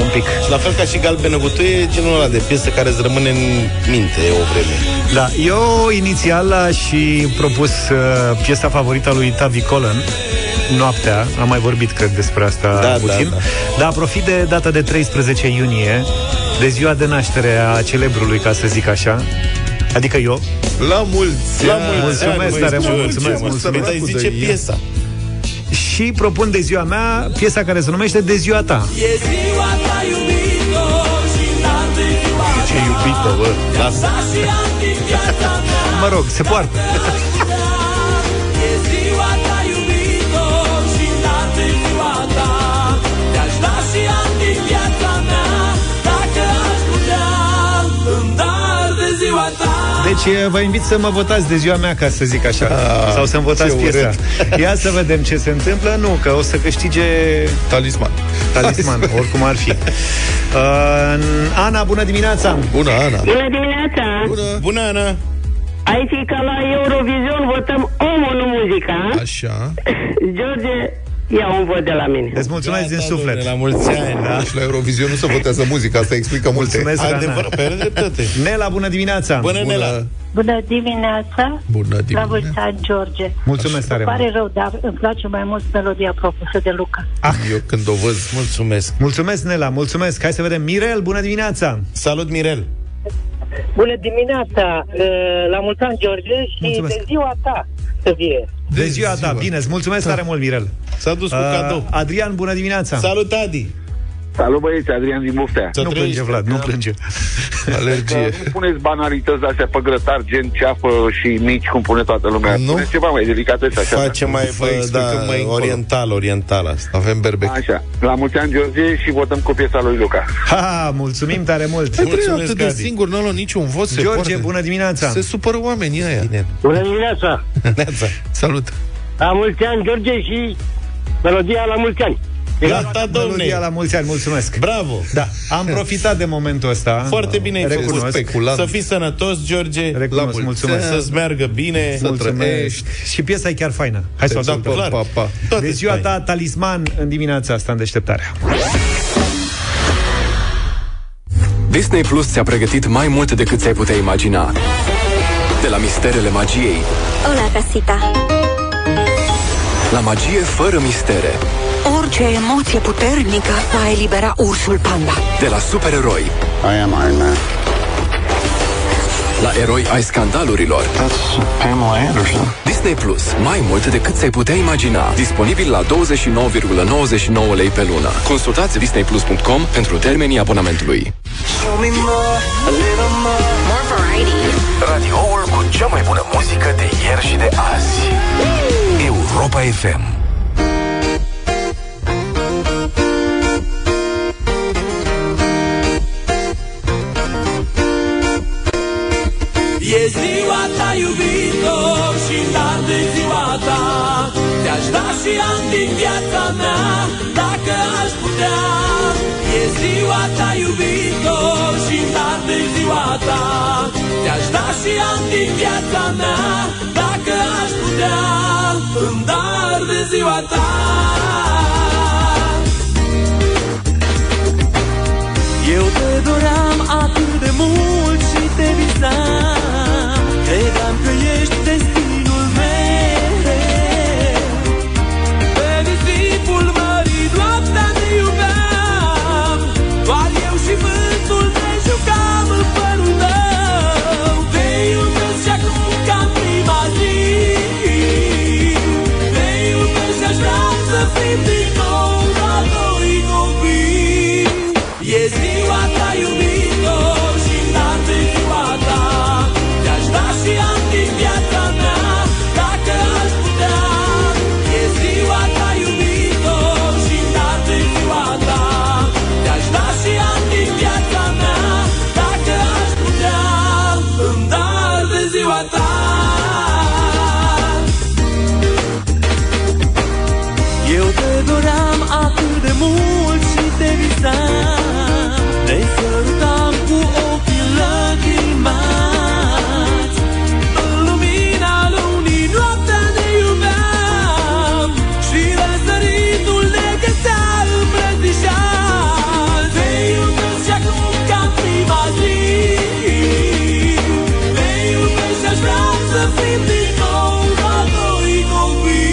[SPEAKER 4] Un pic.
[SPEAKER 3] Și la fel ca și Galbenă Butuie, e genul ăla de piesă care îți rămâne în minte o vreme.
[SPEAKER 4] Da, eu inițial aș și propus uh, piesa favorită a lui Tavi Colan, Noaptea, am mai vorbit, cred, despre asta
[SPEAKER 3] Da,
[SPEAKER 4] puțin.
[SPEAKER 3] da,
[SPEAKER 4] Dar profit de data de 13 iunie, de ziua de naștere a celebrului, ca să zic așa, adică eu,
[SPEAKER 2] La mulți
[SPEAKER 3] La
[SPEAKER 2] ani!
[SPEAKER 3] mulți ani,
[SPEAKER 4] mulțumesc
[SPEAKER 3] băi,
[SPEAKER 4] tare mult,
[SPEAKER 3] George,
[SPEAKER 4] mulțumesc,
[SPEAKER 3] mă,
[SPEAKER 4] mulțumesc.
[SPEAKER 3] Dar îi zice
[SPEAKER 2] Săracul de
[SPEAKER 3] piesa.
[SPEAKER 4] Și propun de ziua mea piesa care se numește De ziua ta.
[SPEAKER 10] E ziua ta iubito și n-ar
[SPEAKER 3] Ce iubită, bă. Lasă.
[SPEAKER 10] Și antic viața mea
[SPEAKER 4] Mă rog, se poartă.
[SPEAKER 10] E ziua ta, iubito, și n-altă e ziua ta. Te-aș da și ani din viața mea, dacă aș putea, îmi dar de ziua ta.
[SPEAKER 4] Deci eh, vă invit să mă votați de ziua mea, ca să zic așa.
[SPEAKER 3] Ah,
[SPEAKER 4] Sau să-mi votați
[SPEAKER 2] ce
[SPEAKER 4] piesa.
[SPEAKER 2] urât.
[SPEAKER 4] Ia să vedem ce se întâmplă. Nu, că o să câștige
[SPEAKER 2] Talisman.
[SPEAKER 4] talisman, oricum ar fi. Uh, Ana, bună dimineața!
[SPEAKER 2] Bună, Ana!
[SPEAKER 11] Bună dimineața!
[SPEAKER 2] Bună!
[SPEAKER 3] Bună, Ana!
[SPEAKER 11] Aici e ca la Eurovision, votăm omul, nu muzica.
[SPEAKER 2] Așa.
[SPEAKER 4] Adică-
[SPEAKER 11] George, ia un vot de la mine.
[SPEAKER 4] Îți mulțumesc din
[SPEAKER 3] Gata,
[SPEAKER 4] suflet!
[SPEAKER 3] domnule, La mulți ani, da?
[SPEAKER 2] Și Deci la Eurovision nu se votează muzica, asta explică multe.
[SPEAKER 4] Mulțumesc, Ana.
[SPEAKER 3] Adevărat, pe are dreptate.
[SPEAKER 4] Nela, bună dimineața!
[SPEAKER 3] Bună, Nela!
[SPEAKER 7] Bună dimineața!
[SPEAKER 2] Bună
[SPEAKER 7] La mulți
[SPEAKER 2] dimineața!
[SPEAKER 7] ani, George!
[SPEAKER 4] Mulțumesc tare
[SPEAKER 7] Pare
[SPEAKER 4] mult!
[SPEAKER 7] rău, dar îmi place mai mult melodia propusă de Luca.
[SPEAKER 4] Ah.
[SPEAKER 2] Eu când o văz,
[SPEAKER 3] Mulțumesc.
[SPEAKER 4] Mulțumesc, Nela, mulțumesc! Hai să vedem. Mirel, bună dimineața!
[SPEAKER 3] Salut, Mirel.
[SPEAKER 11] Bună dimineața! uh, La mulți ani, George, și
[SPEAKER 4] Mulțumesc. de
[SPEAKER 11] ziua ta să fie.
[SPEAKER 4] De ziua ta! Bine, îți mulțumesc tare mult, Mirel!
[SPEAKER 3] S-a dus cu
[SPEAKER 4] Uh,
[SPEAKER 3] cadou.
[SPEAKER 4] Adrian, bună dimineața!
[SPEAKER 3] Salut, Adi.
[SPEAKER 6] Salut băieți, Adrian din Buftea.
[SPEAKER 3] Să
[SPEAKER 4] Nu
[SPEAKER 3] trăiești.
[SPEAKER 4] plânge, Vlad, nu plânge.
[SPEAKER 6] Că
[SPEAKER 2] alergie.
[SPEAKER 6] nu puneți banalități astea pe grătar, gen ceafă și mici, cum pune toată lumea.
[SPEAKER 2] Nu.
[SPEAKER 6] Puneți ceva mai delicatețe așa.
[SPEAKER 3] Face mai,
[SPEAKER 2] Vă
[SPEAKER 3] bă,
[SPEAKER 2] explicăm
[SPEAKER 3] da,
[SPEAKER 2] mai încolo.
[SPEAKER 3] oriental, oriental asta.
[SPEAKER 2] Avem berbec.
[SPEAKER 6] Așa. La mulți ani, George, și votăm cu piesa lui Luca.
[SPEAKER 4] Ha, mulțumim tare mult!
[SPEAKER 2] Dar trebuie
[SPEAKER 3] Mulțumesc,
[SPEAKER 2] atât de
[SPEAKER 3] Gadi.
[SPEAKER 2] singur, n-a luat niciun vot, se
[SPEAKER 4] George,
[SPEAKER 2] poartă.
[SPEAKER 4] bună dimineața!
[SPEAKER 2] Se supără oamenii aia. Bine.
[SPEAKER 8] Bună dimineața!
[SPEAKER 3] Neața.
[SPEAKER 2] Salut!
[SPEAKER 8] La mulți ani, George, și melodia la mulți ani.
[SPEAKER 3] Gata,
[SPEAKER 4] Melodia
[SPEAKER 3] domne.
[SPEAKER 4] la mulți ani, mulțumesc!
[SPEAKER 3] Bravo.
[SPEAKER 4] Da, am profitat de momentul ăsta.
[SPEAKER 3] Foarte bine ai făcut.
[SPEAKER 4] Recunosc.
[SPEAKER 2] Speculant.
[SPEAKER 3] Să fii sănătos, George.
[SPEAKER 4] Recunosc,
[SPEAKER 3] La mulți
[SPEAKER 4] mulțumesc.
[SPEAKER 3] ani. Să-ți meargă bine.
[SPEAKER 2] Să
[SPEAKER 4] Mulțumesc.
[SPEAKER 2] trăiești.
[SPEAKER 4] Și piesa e chiar faină. Hai să o
[SPEAKER 3] Da,
[SPEAKER 4] ascultăm.
[SPEAKER 3] clar.
[SPEAKER 2] Pa, pa.
[SPEAKER 3] Toate
[SPEAKER 4] De ziua
[SPEAKER 3] faine.
[SPEAKER 4] ta, talisman, în dimineața asta, în deșteptarea.
[SPEAKER 12] Disney Plus ți-a pregătit mai mult decât ți-ai putea imagina. De la misterele magiei,
[SPEAKER 5] Hola, casita.
[SPEAKER 12] la magie fără mistere,
[SPEAKER 11] Orice emoție puternică va elibera ursul panda.
[SPEAKER 12] de la supereroi,
[SPEAKER 8] I am Iron Man.
[SPEAKER 12] la eroi ai scandalurilor.
[SPEAKER 8] That's Pamela Anderson.
[SPEAKER 12] Disney Plus, mai mult decât ți-ai putea imagina. Disponibil la 29,99 lei pe lună. Consultați disneyplus.com pentru termenii abonamentului.
[SPEAKER 5] More variety.
[SPEAKER 9] Radioul cu cea mai bună muzică de ieri și de azi. Europa FM.
[SPEAKER 10] E ziua ta, iubito, și de ziua ta Te-aș da și ani din viața mea, dacă aș putea E ziua ta, iubito, și de ziua ta Te-aș da și ani din viața mea, dacă aș putea Îmi da- dar de ziua ta Eu te doream atât de mult și te visam Credeam că ești destinul meu Pe nisipul mării noaptea te iubeam Doar eu și vântul ne jucam în părul tău Te iubesc și acum ca în prima zi Te iubesc și aș vrea să fim din nou la noi copii E ziua ta, iubito, și toată ziua ta Te-aș da și ani din viața mea, dacă aș putea E ziua ta, iubito, și toată ziua ta Te-aș da și ani din viața mea, dacă aș putea Îmi dar de ziua ta Eu te doream atât de mult și te visam Te sărutam cu ochii lacrimați În lumina lunii noaptea ne iubeam Și răsăritul ne găsea îmbrățișat Te iubesc și acum ca în prima zi Te iubesc și aș vrea să fim din nou ca noi copii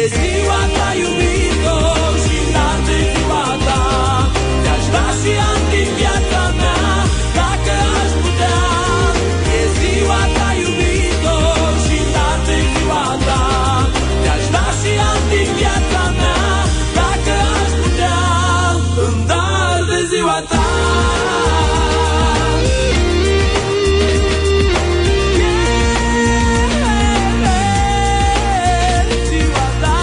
[SPEAKER 10] E ziua ta, iubito, și toată ziua ta Te-aș da și ani din viața mea, dacă aș putea E ziua ta, iubito, și toată ziua ta Te-aș da și ani din viața mea, dacă aș putea Îmi dar de ziua ta Ziua ta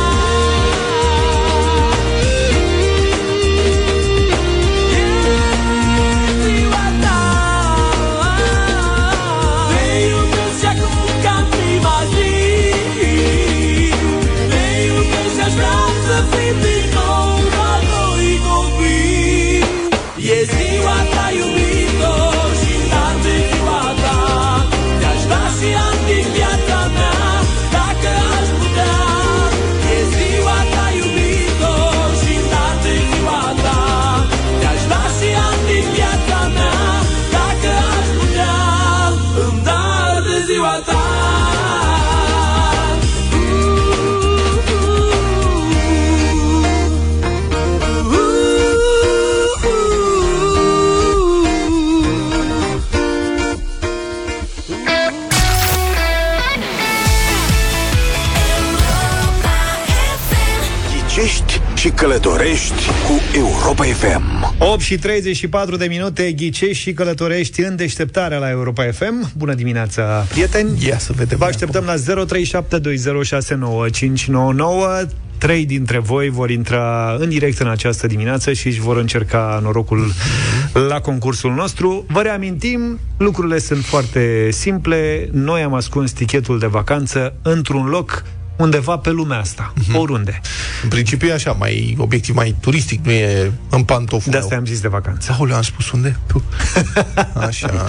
[SPEAKER 10] E ziua ta, iubito, și toată ziua ta Te-aș da și ani din viața mea, dacă aș putea E ziua ta, iubito, și toată ziua ta Te-aș da și ani din viața mea, dacă aș putea Îmi dar de ziua ta
[SPEAKER 9] Ghicești și călătorești cu Europa FM.
[SPEAKER 4] 8 și 34 de minute, ghicești și călătorești în deșteptarea la Europa FM. Bună dimineața, prieteni!
[SPEAKER 2] Ia să vedem
[SPEAKER 4] Vă așteptăm la 0372069599. Trei dintre voi vor intra în direct în această dimineață și își vor încerca norocul la concursul nostru. Vă reamintim, lucrurile sunt foarte simple. Noi am ascuns tichetul de vacanță într-un loc undeva pe lumea asta, oriunde.
[SPEAKER 2] În principiu e așa, mai obiectiv, mai turistic, nu e în pantoful
[SPEAKER 4] De asta am zis de vacanță.
[SPEAKER 2] Aoleu, am spus unde?
[SPEAKER 4] (laughs)
[SPEAKER 2] Tu. Așa.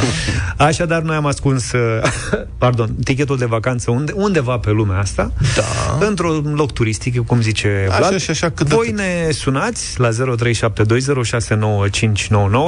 [SPEAKER 4] Așadar, noi am ascuns, uh, (laughs) pardon, tichetul de vacanță unde, undeva pe lumea asta, da. într-un loc turistic, cum zice
[SPEAKER 2] Așa
[SPEAKER 4] Vlad.
[SPEAKER 2] și așa, cât de
[SPEAKER 4] Voi
[SPEAKER 2] cât.
[SPEAKER 4] ne sunați la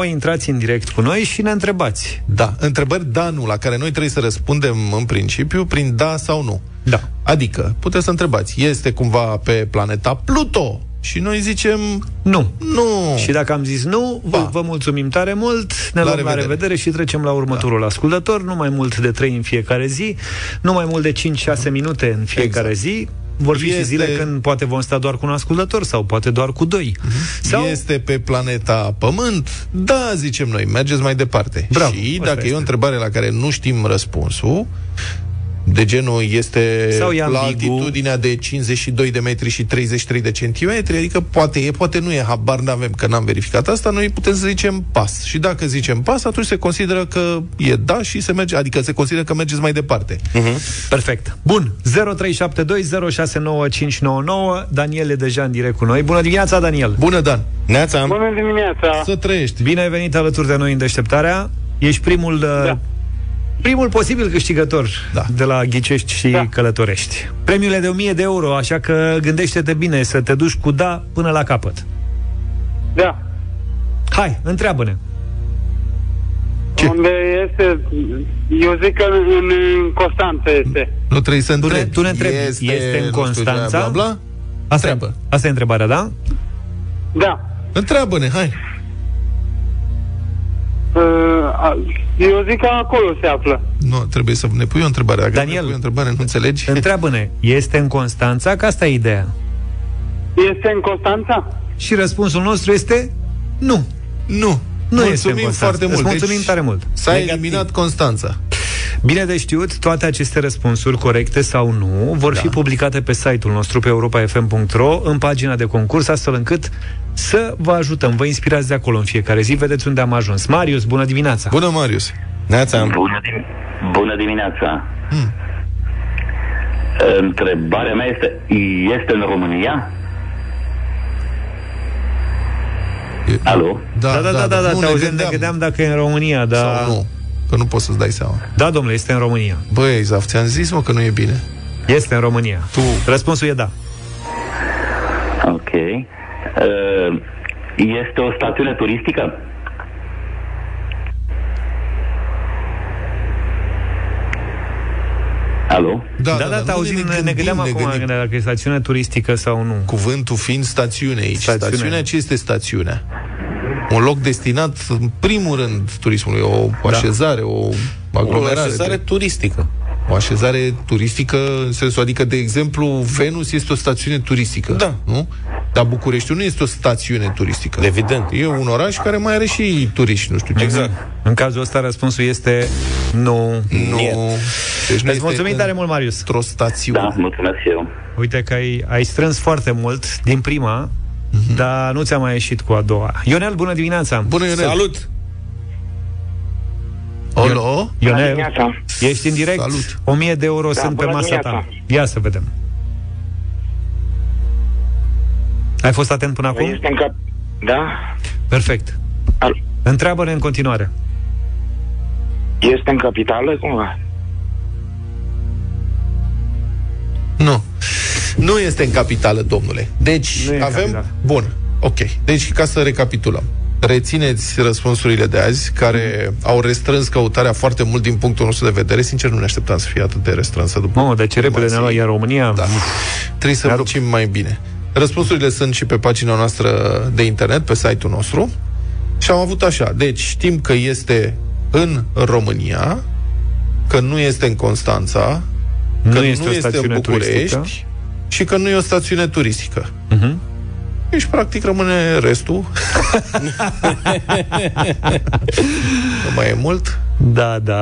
[SPEAKER 4] 0372069599, intrați în direct cu noi și ne întrebați.
[SPEAKER 2] Da. Întrebări da, nu, la care noi trebuie să răspundem în principiu prin da sau nu.
[SPEAKER 4] Da.
[SPEAKER 2] Adică, puteți să întrebați, este cumva pe planeta Pluto? Și noi zicem,
[SPEAKER 4] Nu.
[SPEAKER 2] nu.
[SPEAKER 4] Și dacă am zis nu, vă,
[SPEAKER 2] Da.
[SPEAKER 4] vă mulțumim tare mult, ne
[SPEAKER 2] La
[SPEAKER 4] luăm la
[SPEAKER 2] revedere. Da.
[SPEAKER 4] revedere și trecem la următorul ascultător. Nu mai mult de 3 în fiecare zi, nu mai mult de 5-6 minute în fiecare
[SPEAKER 2] Exact.
[SPEAKER 4] zi. Vor fi și
[SPEAKER 2] Este-
[SPEAKER 4] zile când poate vom sta doar cu un ascultător sau poate doar cu doi. Sau
[SPEAKER 2] Mhm. Este pe planeta Pământ? Da, zicem noi, mergeți mai departe.
[SPEAKER 4] Bravo,
[SPEAKER 2] și
[SPEAKER 4] asta
[SPEAKER 2] dacă e
[SPEAKER 4] este.
[SPEAKER 2] o întrebare la care nu știm răspunsul, de genul este
[SPEAKER 4] Sau e
[SPEAKER 2] la
[SPEAKER 4] ambigu.
[SPEAKER 2] altitudinea de 52 de metri și 33 de centimetri, adică poate e, poate nu e, habar n-avem că n-am verificat asta, noi putem să zicem pas. Și dacă zicem pas, atunci se consideră că e da și se merge, adică se consideră că mergeți mai departe.
[SPEAKER 4] Mhm. Perfect. Bun. 0372069599. Daniel e deja în direct cu noi. Bună dimineața, Daniel!
[SPEAKER 2] Bună, Dan!
[SPEAKER 3] Neața,
[SPEAKER 8] Bună dimineața!
[SPEAKER 2] Să trăiești!
[SPEAKER 4] Bine ai venit alături de noi în deșteptarea. Ești primul, da. primul posibil câștigător
[SPEAKER 2] Da.
[SPEAKER 4] de la Ghicești și da. Călătorești. Premiul e de 1000 de euro, așa că gândește-te bine să te duci cu da până la capăt.
[SPEAKER 8] Da.
[SPEAKER 4] Hai, întreabă-ne.
[SPEAKER 8] Ce? Unde este, eu zic că în, în Constanța este.
[SPEAKER 2] Nu trebuie să întrebi.
[SPEAKER 4] tu ne întrebi, este în
[SPEAKER 2] nu știu,
[SPEAKER 4] Constanța?
[SPEAKER 2] Bla, bla, bla.
[SPEAKER 4] Asta, e,
[SPEAKER 2] Întreabă.
[SPEAKER 4] asta e întrebarea, da?
[SPEAKER 8] Da.
[SPEAKER 2] Întreabă-ne, hai!
[SPEAKER 8] Uh, a- Eu zic că acolo se află.
[SPEAKER 2] Nu, trebuie să ne pui o întrebare. Dacă
[SPEAKER 4] Daniel.
[SPEAKER 2] ne pui o întrebare, nu înțelegi?
[SPEAKER 4] Întreabă-ne. Este în Constanța? Că asta e ideea.
[SPEAKER 8] Este în Constanța?
[SPEAKER 4] Și răspunsul nostru este nu.
[SPEAKER 2] Nu.
[SPEAKER 4] Nu este în
[SPEAKER 2] mulțumim
[SPEAKER 4] Constanța.
[SPEAKER 2] foarte
[SPEAKER 4] Îți
[SPEAKER 2] mult. Deci,
[SPEAKER 4] mulțumim tare mult.
[SPEAKER 2] S-a
[SPEAKER 3] Negativ.
[SPEAKER 2] eliminat Constanța.
[SPEAKER 4] Bine de știut, toate aceste răspunsuri, corecte sau nu, vor fi publicate pe site-ul nostru, pe europa.fm.ro, în pagina de concurs, astfel încât să vă ajutăm, vă inspirați de acolo în fiecare zi, vedeți unde am ajuns. Marius, bună dimineața!
[SPEAKER 2] Bună, Marius.
[SPEAKER 3] neața.
[SPEAKER 13] Bună, dim- bună dimineața! Întrebarea mea este, este în România?
[SPEAKER 2] E-
[SPEAKER 13] Alo?
[SPEAKER 4] Da, da, da, da, da,
[SPEAKER 2] nu,
[SPEAKER 4] te
[SPEAKER 2] ne
[SPEAKER 4] auzeam, ne
[SPEAKER 2] gândeam.
[SPEAKER 4] gândeam dacă e în România, da.
[SPEAKER 2] Sau nu, că nu poți să-ți dai seama.
[SPEAKER 4] Da, domnule, este în România.
[SPEAKER 2] Băi, Izaf, ți-am zis, mă, că nu e bine.
[SPEAKER 4] Este în România.
[SPEAKER 2] Tu.
[SPEAKER 4] Răspunsul e da.
[SPEAKER 13] Ok. Uh, Este o stațiune turistică? Alo?
[SPEAKER 4] Da, da, da, te
[SPEAKER 2] nu,
[SPEAKER 4] auzim, ne, ne gândeam acum
[SPEAKER 2] gândim.
[SPEAKER 4] dacă e stațiune turistică sau nu.
[SPEAKER 2] Cuvântul fiind stațiune aici.
[SPEAKER 4] Stațiune.
[SPEAKER 2] Stațiunea. stațiunea, ce este stațiunea? Un loc destinat, în primul rând, turismului. O
[SPEAKER 4] Da.
[SPEAKER 2] așezare, o
[SPEAKER 3] O
[SPEAKER 2] aglomerare.
[SPEAKER 3] așezare turistică.
[SPEAKER 2] O așezare turistică, în sensul, adică, de exemplu, Venus este o stațiune turistică.
[SPEAKER 3] Da.
[SPEAKER 2] Nu? Dar Bucureștiul nu este o stațiune turistică.
[SPEAKER 3] Evident.
[SPEAKER 2] E un oraș care mai are și turiști, nu știu ce.
[SPEAKER 3] Exact.
[SPEAKER 4] În cazul ăsta, răspunsul este nu.
[SPEAKER 2] Nu. Deci nu este
[SPEAKER 4] Îți mulțumim tare mult, Marius.
[SPEAKER 2] Într-o stațiune.
[SPEAKER 13] Da, mulțumesc și eu.
[SPEAKER 4] Uite că ai, ai strâns foarte mult din prima,
[SPEAKER 2] Mhm.
[SPEAKER 4] dar nu ți-a mai ieșit cu a doua. Ionel, bună dimineața!
[SPEAKER 2] Bună, Ionel.
[SPEAKER 3] Salut!
[SPEAKER 2] Olo?
[SPEAKER 4] Ionel, ești în direct.
[SPEAKER 2] Salut.
[SPEAKER 4] 1000 de euro sunt pe
[SPEAKER 8] Da, bună
[SPEAKER 4] masa ta.
[SPEAKER 8] dimineața.
[SPEAKER 4] Ia să vedem. Ai fost atent până acum?
[SPEAKER 8] Păi
[SPEAKER 14] Păi
[SPEAKER 8] în cap... Da?
[SPEAKER 4] Perfect. Întreabă-ne în continuare.
[SPEAKER 14] Este în capitală cumva?
[SPEAKER 2] Nu. Nu este în capitală, domnule. Deci
[SPEAKER 14] Nu e în
[SPEAKER 2] avem...
[SPEAKER 14] capitală.
[SPEAKER 2] Bun. Ok. Deci, ca să recapitulăm. Rețineți răspunsurile de azi, care au restrâns căutarea foarte mult din punctul nostru de vedere. Sincer, nu ne așteptam să fie atât de restrânsă după.
[SPEAKER 4] Mamă, dar ce repede ne-a luat iar România. Da.
[SPEAKER 2] Trebuie să muncim mai bine. Răspunsurile sunt și pe pagina noastră de internet, pe site-ul nostru. Și am avut așa. Deci, știm că este în România, că nu este în Constanța, că nu este,
[SPEAKER 4] o
[SPEAKER 2] în
[SPEAKER 4] stațiune turistică.
[SPEAKER 2] București și că nu e o stațiune turistică.
[SPEAKER 4] Uh-huh.
[SPEAKER 2] Deci, practic, rămâne (laughs) restul. nu mai e mult.
[SPEAKER 4] Da, da,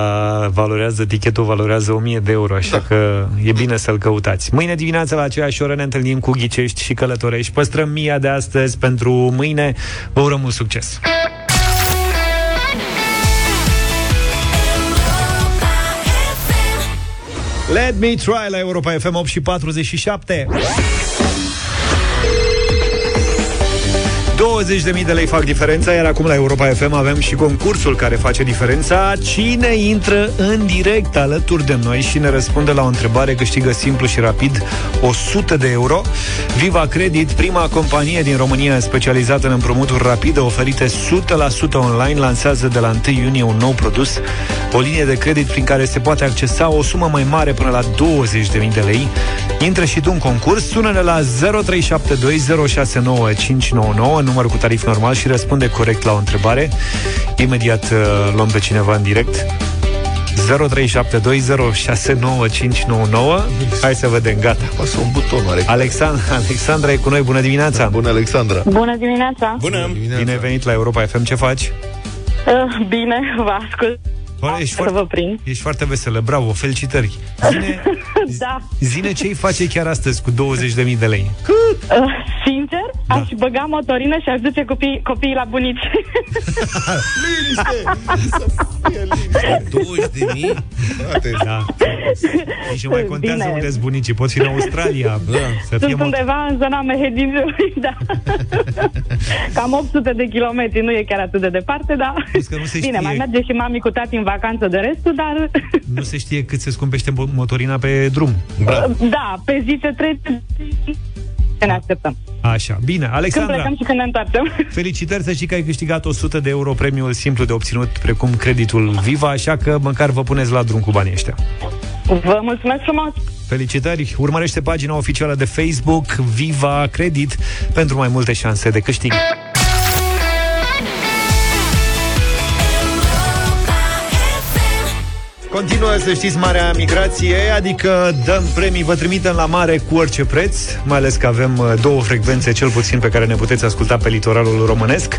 [SPEAKER 4] valorează tichetul, valorează 1000 de euro, așa da. că e bine să-l căutați. Mâine dimineața la aceeași oră ne întâlnim cu ghicești și călătorești. Păstrăm mia de astăzi pentru mâine. Vă urăm mult succes! Let me try la Europa FM 8 și 47. 20.000 de lei fac diferența, iar acum la Europa FM avem și concursul care face diferența. Cine intră în direct alături de noi și ne răspunde la o întrebare câștigă simplu și rapid 100 de euro. Viva Credit, prima companie din România specializată în împrumuturi rapide oferite 100% online, lansează de la 1 iunie un nou produs, o linie de credit prin care se poate accesa o sumă mai mare până la 20.000 de lei. Intră și tu în concurs, sună-ne la 0372069599, număr cu tarif normal și răspunde corect la o întrebare. Imediat uh, luăm pe cineva în direct. 0372069599 Hai să vedem, gata.
[SPEAKER 2] Pasă un buton,
[SPEAKER 4] Alexandra, Alexandra e cu noi, bună dimineața! Bună,
[SPEAKER 2] Alexandra!
[SPEAKER 15] Bună dimineața!
[SPEAKER 4] Bună! Bine ai venit la Europa FM, ce faci?
[SPEAKER 15] Uh, bine, vă ascult.
[SPEAKER 4] Oare ești foarte,
[SPEAKER 15] vă prind.
[SPEAKER 4] Ești foarte veselă, bravo, felicitări.
[SPEAKER 15] (laughs) da.
[SPEAKER 4] Zine ce-i face chiar astăzi cu 20.000 de lei.
[SPEAKER 15] Uh, sincer, da. aș băga motorină și aș duce copii, copiii la bunici.
[SPEAKER 10] Liniște!
[SPEAKER 4] de mii? Da. Nici nu mai contează
[SPEAKER 15] Bine.
[SPEAKER 4] Bine. unde sunt bunicii, pot fi în Australia. Da. Să fie
[SPEAKER 15] Sunt
[SPEAKER 4] mult...
[SPEAKER 15] undeva în zona Mehedinului,
[SPEAKER 4] (laughs)
[SPEAKER 15] da. Cam 800 de kilometri, nu e chiar atât de departe, dar...
[SPEAKER 4] nu se
[SPEAKER 15] Bine,
[SPEAKER 4] știe.
[SPEAKER 15] mai merge și mami cu tati în vacanță de restul, dar...
[SPEAKER 4] Nu se știe cât se scumpește mo- motorina pe drum. Bravo.
[SPEAKER 15] Da, pe zi ce trece, să ne așteptăm.
[SPEAKER 4] Așa, bine,
[SPEAKER 15] Când
[SPEAKER 4] Alexandra.
[SPEAKER 15] plecăm și când ne întoarcem.
[SPEAKER 4] Felicitări să știi că ai câștigat 100 de euro premiul simplu de obținut, precum creditul Viva, așa că măcar vă puneți la drum cu banii ăștia.
[SPEAKER 15] Vă mulțumesc frumos!
[SPEAKER 4] Felicitări! Urmărește pagina oficială de Facebook Viva Credit pentru mai multe șanse de câștig. Continuă, să știți, marea migrație, adică dăm premii, vă trimitem la mare cu orice preț, mai ales că avem uh, două frecvențe, cel puțin, pe care ne puteți asculta pe litoralul românesc.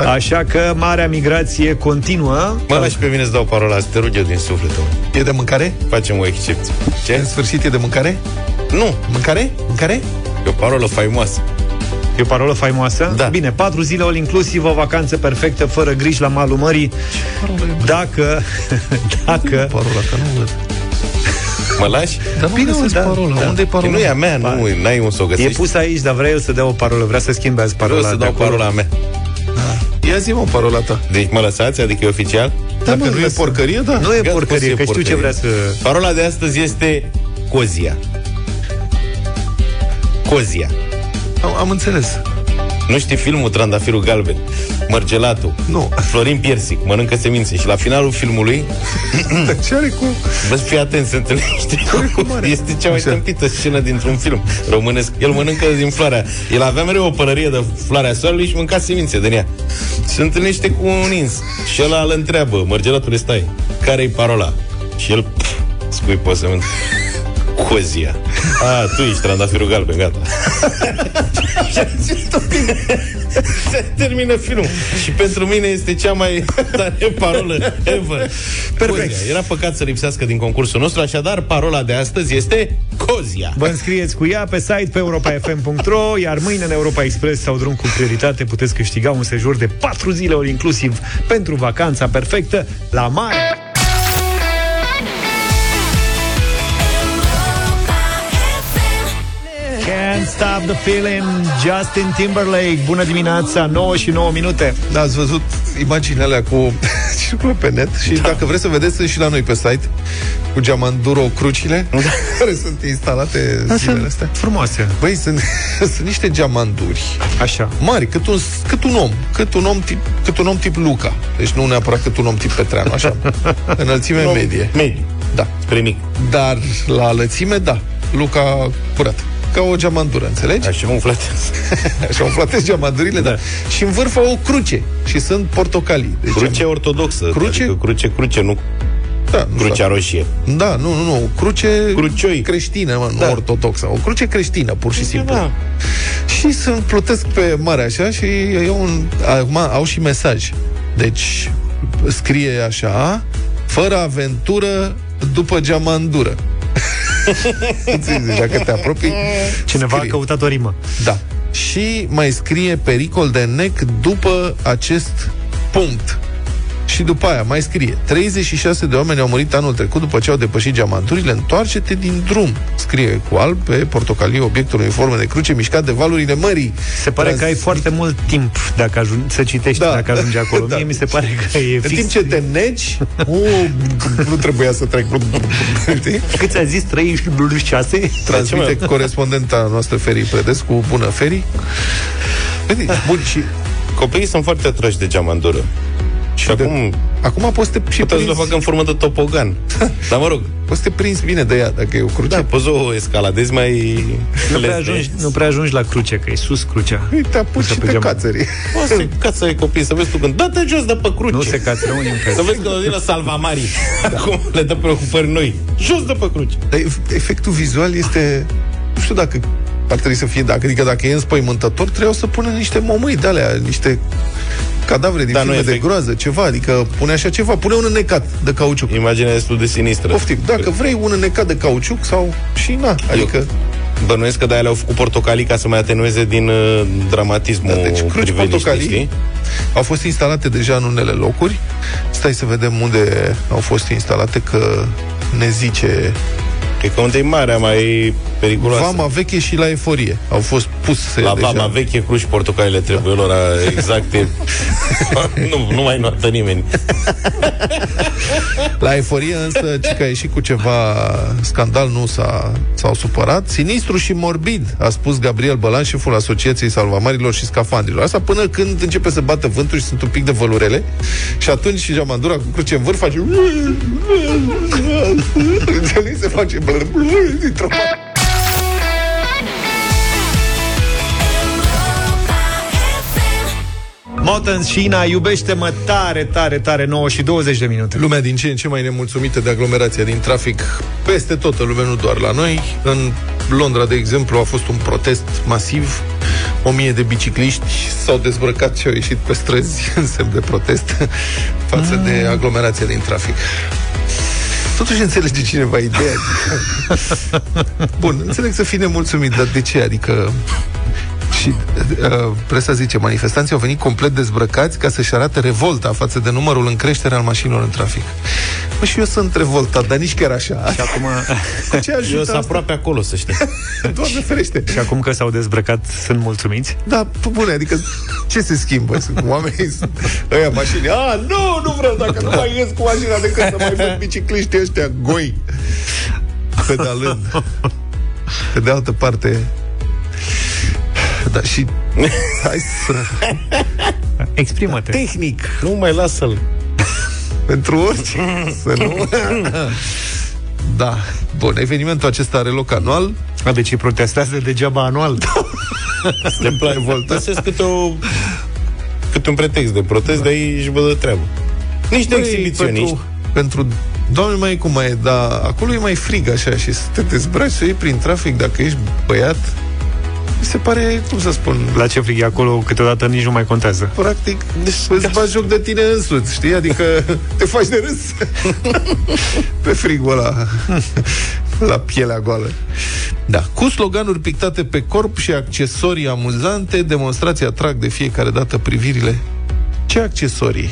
[SPEAKER 4] A, Așa că marea migrație continuă.
[SPEAKER 3] Mă lași pe mine să dau parola asta, te rog eu din suflet. om.
[SPEAKER 2] E de mâncare?
[SPEAKER 3] Facem o excepție. Ce? În
[SPEAKER 2] sfârșit e de mâncare?
[SPEAKER 3] Nu.
[SPEAKER 2] Mâncare? Mâncare?
[SPEAKER 3] E o parolă faimoasă.
[SPEAKER 4] E o parolă faimoasă? Da. Bine, patru zile all inclusiv, o vacanță perfectă, fără griji la malul mării. Dacă... (laughs) dacă...
[SPEAKER 2] Parola, că nu văd.
[SPEAKER 3] Mă lași?
[SPEAKER 2] Dar nu Bine, găsesc da, parola. Da. Unde e parola?
[SPEAKER 3] Nu e a mea, nu, e- n-ai un să o
[SPEAKER 4] E
[SPEAKER 3] găsești.
[SPEAKER 4] pus aici, dar vrea el să dea o parolă, vrea să schimbe azi parola.
[SPEAKER 3] Vreau să
[SPEAKER 4] de
[SPEAKER 3] dau
[SPEAKER 4] acolo.
[SPEAKER 3] parola mea.
[SPEAKER 2] Ia zi, mă, parola ta.
[SPEAKER 3] Deci mă lăsați? Adică e oficial?
[SPEAKER 2] Da, Dacă nu e porcărie, da.
[SPEAKER 4] Nu e
[SPEAKER 3] Gata,
[SPEAKER 4] porcărie,
[SPEAKER 3] pus
[SPEAKER 4] că știu ce vrea să...
[SPEAKER 3] Parola de astăzi este Cozia. Cozia.
[SPEAKER 2] Am, am înțeles.
[SPEAKER 3] Nu știi filmul Trandafirul Galben? Mărgelatul.
[SPEAKER 2] Nu.
[SPEAKER 3] Florin Piersic, mănâncă semințe. Și la finalul filmului...
[SPEAKER 2] Dar ce are cu...
[SPEAKER 3] Vezi, fii atent, se întâlnește. Este cea mai tâmpită scenă dintr-un film românesc. El mănâncă din floarea. El avea mereu o pălărie de floarea soarelui și mânca semințe din ea. Se întâlnește cu un ins. Și ăla îl întreabă, mărgelatul stai, care-i parola? Și el pf, scuipă sămânță. Cozia. A, tu ești trandafirul galben, gata. Se termină filmul. Și pentru mine este cea mai tare parolă ever. Perfect. Cozia. Era păcat să lipsească din concursul nostru, așadar parola de astăzi este Cozia.
[SPEAKER 4] Vă înscrieți cu ea pe site pe europa.fm.ro Iar mâine în Europa Express sau drum cu prioritate Puteți câștiga un sejur de 4 zile all inclusiv Pentru vacanța perfectă la mare Can Can't Stop the Feeling, Justin Timberlake. Bună dimineața, 9 și 9 minute.
[SPEAKER 2] Da, ați văzut imaginile alea cu (laughs) circulă pe net și da. dacă vreți să vedeți, sunt și la noi pe site cu geamanduro crucile da. (laughs) care sunt instalate
[SPEAKER 4] Da,
[SPEAKER 2] zilele
[SPEAKER 4] sunt
[SPEAKER 2] astea.
[SPEAKER 4] Frumoase.
[SPEAKER 2] Băi, sunt, (laughs) sunt niște geamanduri
[SPEAKER 4] Așa.
[SPEAKER 2] mari, cât un, cât un om, cât un om, tip, cât un om tip Luca. Deci nu neapărat cât un om tip Petreanu, așa. Înălțime
[SPEAKER 3] Un om
[SPEAKER 2] medie.
[SPEAKER 3] Mediu.
[SPEAKER 2] Da.
[SPEAKER 3] Spre mic.
[SPEAKER 2] Dar la lățime, da. Luca curat. Ca o geamandură, înțelegi?
[SPEAKER 4] Da,
[SPEAKER 3] Așa umflat.
[SPEAKER 2] (laughs) Așa umflate geamandurile, da. Și în vârf au o cruce. Și sunt portocalii. Deci,
[SPEAKER 3] Cruce ortodoxă.
[SPEAKER 2] Cruce?
[SPEAKER 3] Adică cruce, cruce, nu
[SPEAKER 2] da, nu știu.
[SPEAKER 3] crucea roșie.
[SPEAKER 2] Da, nu, nu, nu, o cruce
[SPEAKER 3] Crucioi.
[SPEAKER 2] creștină, mă, nu
[SPEAKER 3] Da.
[SPEAKER 2] ortodoxă, o cruce creștină, pur și simplu.
[SPEAKER 3] Da.
[SPEAKER 2] Și sunt plutesc pe mare așa și eu un, acum au și mesaj. Deci scrie așa, fără aventură după (laughs) geamandură. Ți- zi, Dacă te apropii,
[SPEAKER 4] Cineva
[SPEAKER 2] scrie.
[SPEAKER 4] a căutat o rimă.
[SPEAKER 2] Da. Și mai scrie pericol de nec după acest punct. Și după aia mai scrie 36 de oameni au murit anul trecut după ce au depășit geamanturile. Întoarce-te din drum, scrie cu alb pe portocaliu obiectul unei forme de cruce mișcat de valurile mării.
[SPEAKER 4] Se pare
[SPEAKER 2] Trans-
[SPEAKER 4] că ai foarte mult timp dacă ajungi, să citești
[SPEAKER 2] Da.
[SPEAKER 4] dacă ajungi acolo.
[SPEAKER 2] (laughs) Da.
[SPEAKER 4] Mie mi se pare că e
[SPEAKER 2] În timp
[SPEAKER 4] fix.
[SPEAKER 2] ce te
[SPEAKER 4] (laughs)
[SPEAKER 2] uh, neci, u, (laughs) nu trebuia să trec. Știi?
[SPEAKER 4] Cât ți-a zis? 36?
[SPEAKER 2] Transmite corespondenta noastră Feri Predescu, bună Feri. Vezi, bun, și
[SPEAKER 3] Copiii sunt foarte atrași de geamandură. Și
[SPEAKER 2] de-
[SPEAKER 3] acum
[SPEAKER 2] acum poți să te și
[SPEAKER 3] puteți să o
[SPEAKER 2] prinzi,
[SPEAKER 3] facă în formă de
[SPEAKER 4] (laughs)
[SPEAKER 3] topogan. Dar mă rog,
[SPEAKER 2] poți să te prinzi bine de ea dacă e o cruce.
[SPEAKER 3] da, poți să o escaladezi mai...
[SPEAKER 4] Nu prea,
[SPEAKER 3] lesne.
[SPEAKER 4] ajungi, nu prea ajungi la cruce, că e sus crucea.
[SPEAKER 2] Păi te apuci
[SPEAKER 4] Să
[SPEAKER 2] și te
[SPEAKER 4] mergem.
[SPEAKER 2] cațări.
[SPEAKER 3] O să ca să ai copii, să vezi tu când dă-te jos de pe cruce.
[SPEAKER 4] Nu se (laughs) Da. cațără unii în
[SPEAKER 3] Să
[SPEAKER 4] fel.
[SPEAKER 3] vezi când o vină salvamarii. Acum le dă preocupări noi. Jos de pe cruce.
[SPEAKER 2] (laughs) Dar ef- efectul vizual este... Nu știu dacă ar trebui să fie... Dacă, adică dacă e înspăimântător, trebuiau să pună niște momâi de alea, niște cadavre din
[SPEAKER 3] Da,
[SPEAKER 2] da,
[SPEAKER 3] nu,
[SPEAKER 2] filme de
[SPEAKER 3] efect.
[SPEAKER 2] groază, ceva. Adică pune așa ceva. Pune un înnecat de cauciuc.
[SPEAKER 3] Imaginea e destul de sinistră.
[SPEAKER 2] Poftim, dacă vrei un înnecat de cauciuc sau... Și na, adică...
[SPEAKER 3] Bănuiesc că de-aia le-au făcut portocalii ca să mai atenueze din uh, dramatismul
[SPEAKER 2] Da, deci cruci
[SPEAKER 3] priveliștii,
[SPEAKER 2] portocalii
[SPEAKER 3] știi?
[SPEAKER 2] au fost instalate deja în unele locuri. Stai să vedem unde au fost instalate, că ne zice
[SPEAKER 3] Cred că unde e marea mai periculoasă.
[SPEAKER 2] Vama Veche și la Eforie. Au fost puse
[SPEAKER 3] La
[SPEAKER 2] deja.
[SPEAKER 3] vama veche, cruci portocalile trebuie lor a-
[SPEAKER 2] (laughs)
[SPEAKER 3] exacte. nu, nu mai notă nimeni.
[SPEAKER 2] La euforie însă, ci că a ieșit cu ceva scandal, nu s-a, s-au supărat. Sinistru și morbid, a spus Gabriel Bălan, șeful Asociației Salvamarilor și Scafandrilor. Asta până când începe să bată vântul și sunt un pic de vălurele și atunci și geamandura cu cruce în vârf face... (laughs) Înțelegi? Se face... dintr-o parte.
[SPEAKER 4] Motans și Ina, iubește-mă tare, tare, tare, 9 și 20 de minute.
[SPEAKER 2] Lumea din ce în ce mai nemulțumită de aglomerația din trafic peste toată lumea, nu doar la noi. În Londra, de exemplu, a fost un protest masiv. O mie de bicicliști s-au dezbrăcat și au ieșit pe străzi (laughs) în semn de protest față de aglomerația din trafic. Totuși înțelege cineva ideea. Bun, înțeleg să fii nemulțumit, dar de ce? Adică... Și uh, presa zice, manifestanții au venit complet dezbrăcați ca să-și arate revolta față de numărul în creștere al mașinilor în trafic. Mă, și eu sunt revoltat, dar nici chiar așa.
[SPEAKER 4] Și acum,
[SPEAKER 2] Cu ce
[SPEAKER 3] Eu sunt
[SPEAKER 2] ajută asta?
[SPEAKER 3] aproape acolo, să știi.
[SPEAKER 2] Doamne ferește!
[SPEAKER 4] și acum că s-au dezbrăcat, sunt mulțumiți?
[SPEAKER 2] Da, pe bune, adică ce se schimbă? Sunt oamenii, sunt ăia mașini. A, nu, nu vreau, dacă nu mai ies cu mașina decât să mai văd bicicliștii ăștia goi pedalând. Pe de altă parte, da, și hai să...
[SPEAKER 4] Exprimă-te.
[SPEAKER 2] Tehnic,
[SPEAKER 3] Nu mai lasă-l.
[SPEAKER 2] pentru orice, să nu... Da, bun, evenimentul acesta are loc anual
[SPEAKER 4] A, deci îi protestează degeaba anual.
[SPEAKER 3] Le place. Găsesc câte, o, câte un pretext de protest, de aici vă dă treabă. Nici de
[SPEAKER 2] Băi,
[SPEAKER 3] exhibiționiști.
[SPEAKER 2] Pentru, pentru Doamne, mai e cum mai e, dar acolo e mai frig așa și să te dezbraci, să iei prin trafic dacă ești băiat, mi se pare, cum să spun,
[SPEAKER 4] (laughs) La ce frig e acolo, câteodată nici nu mai
[SPEAKER 2] Da.
[SPEAKER 4] contează.
[SPEAKER 2] practic, îți faci joc de tine însuți, știi? Adică te faci de râs pe frigul ăla, la pielea goală. Da, cu sloganuri pictate pe corp și accesorii amuzante, demonstrații atrag de fiecare dată privirile. Ce accesorii?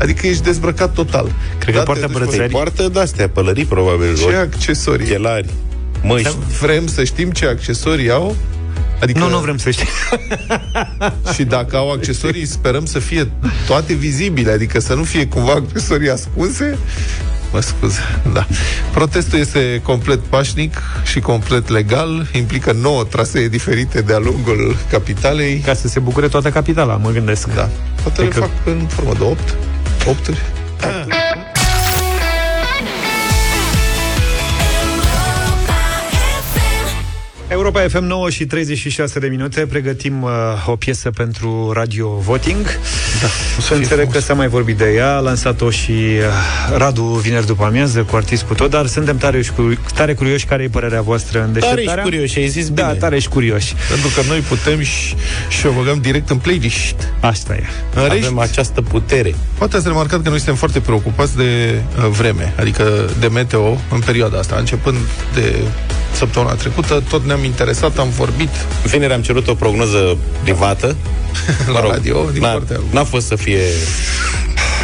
[SPEAKER 2] Adică ești dezbrăcat total.
[SPEAKER 4] Cred că poartă
[SPEAKER 2] te duci pe-
[SPEAKER 4] brățări.
[SPEAKER 3] Poartă de-astea, pălării, probabil.
[SPEAKER 2] Ce
[SPEAKER 3] ori
[SPEAKER 2] accesorii?
[SPEAKER 3] Chelari. Mă,
[SPEAKER 2] și vrem să știm ce accesorii au? Adică... Nu, nu vrem
[SPEAKER 4] să știm.
[SPEAKER 2] și dacă au accesorii, sperăm să fie toate vizibile, adică să nu fie cumva accesorii ascunse. Mă scuze, da. Protestul este complet pașnic și complet legal, implică nouă trasee diferite de-a lungul capitalei.
[SPEAKER 4] Ca să se bucure toată capitala, mă gândesc.
[SPEAKER 2] Da. Toate adică... le fac în formă de 8. 8
[SPEAKER 4] Europa FM 9 și 36 de minute Pregătim uh, o piesă pentru Radio Voting da, Să înțeleg că s-a mai vorbit de ea A lansat-o și uh, Radu vineri după amiază Cu artist cu tot Dar suntem tare, și cu, tare curioși care e părerea voastră în
[SPEAKER 3] Tare
[SPEAKER 4] deșteptarea
[SPEAKER 3] și curioși, ai zis bine.
[SPEAKER 4] Da, tare și curioși
[SPEAKER 2] Pentru că noi putem și, și o băgăm direct în playlist.
[SPEAKER 4] Asta e
[SPEAKER 2] În rest,
[SPEAKER 3] Avem această putere.
[SPEAKER 2] Poate ați remarcat că noi suntem foarte preocupați de uh, vreme, adică de meteo în perioada asta. Începând de săptămâna trecută, tot ne-am interesat, am vorbit
[SPEAKER 3] Vineri am cerut o prognoză privată.
[SPEAKER 2] la radio. Din
[SPEAKER 3] n-a,
[SPEAKER 2] partea...
[SPEAKER 3] n-a fost să fie...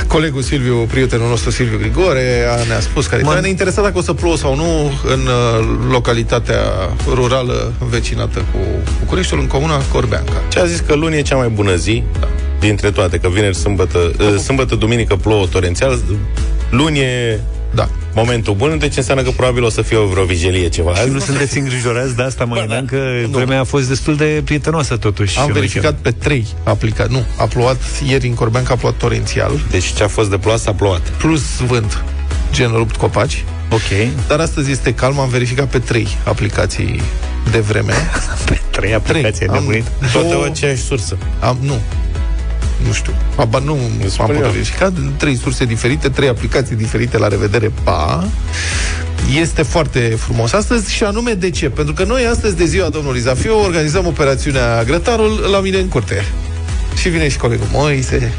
[SPEAKER 2] Colegul Silviu, prietenul nostru Silviu Grigore, a, ne-a spus care
[SPEAKER 4] Mă-
[SPEAKER 2] ne-a interesat dacă o să plouă sau nu în uh, localitatea rurală învecinată cu Bucureștiul, în comuna Corbeanca.
[SPEAKER 3] Ce a zis că luni e cea mai bună zi dintre toate, că vineri, sâmbătă,
[SPEAKER 2] Da.
[SPEAKER 3] uh, sâmbătă, duminică plouă torențial, luni e
[SPEAKER 2] Da.
[SPEAKER 3] momentul bun, deci înseamnă că probabil o să fie o vreo vigilie ceva.
[SPEAKER 4] Azi nu sunteți îngrijorați de asta, mă gândeam că vremea a fost destul de prietenoasă totuși.
[SPEAKER 2] Am
[SPEAKER 4] în
[SPEAKER 2] verificat pe 3 aplicat. Nu, a plouat ieri în Corbeanca, a plouat torențial,
[SPEAKER 3] Deci ce a fost de ploasă a plouat.
[SPEAKER 2] plus vânt, gen rupt copaci.
[SPEAKER 4] weekend. Ok.
[SPEAKER 2] Dar astăzi este calm, am verificat pe 3 aplicații de vreme.
[SPEAKER 4] (laughs) Pe trei aplicații ai
[SPEAKER 2] am
[SPEAKER 4] nebunit.
[SPEAKER 3] Toate o
[SPEAKER 2] două-
[SPEAKER 3] aceeași sursă.
[SPEAKER 2] Am, nu. Nu știu. Aba, nu am
[SPEAKER 3] spun
[SPEAKER 2] putut
[SPEAKER 3] eu.
[SPEAKER 2] verifica. Trei surse diferite, trei aplicații diferite. La revedere, pa! Este foarte frumos astăzi și anume de ce? Pentru că noi astăzi, de ziua domnului Zafiu, organizăm operațiunea Grătarul la mine în curte. Și vine și colegul Moise.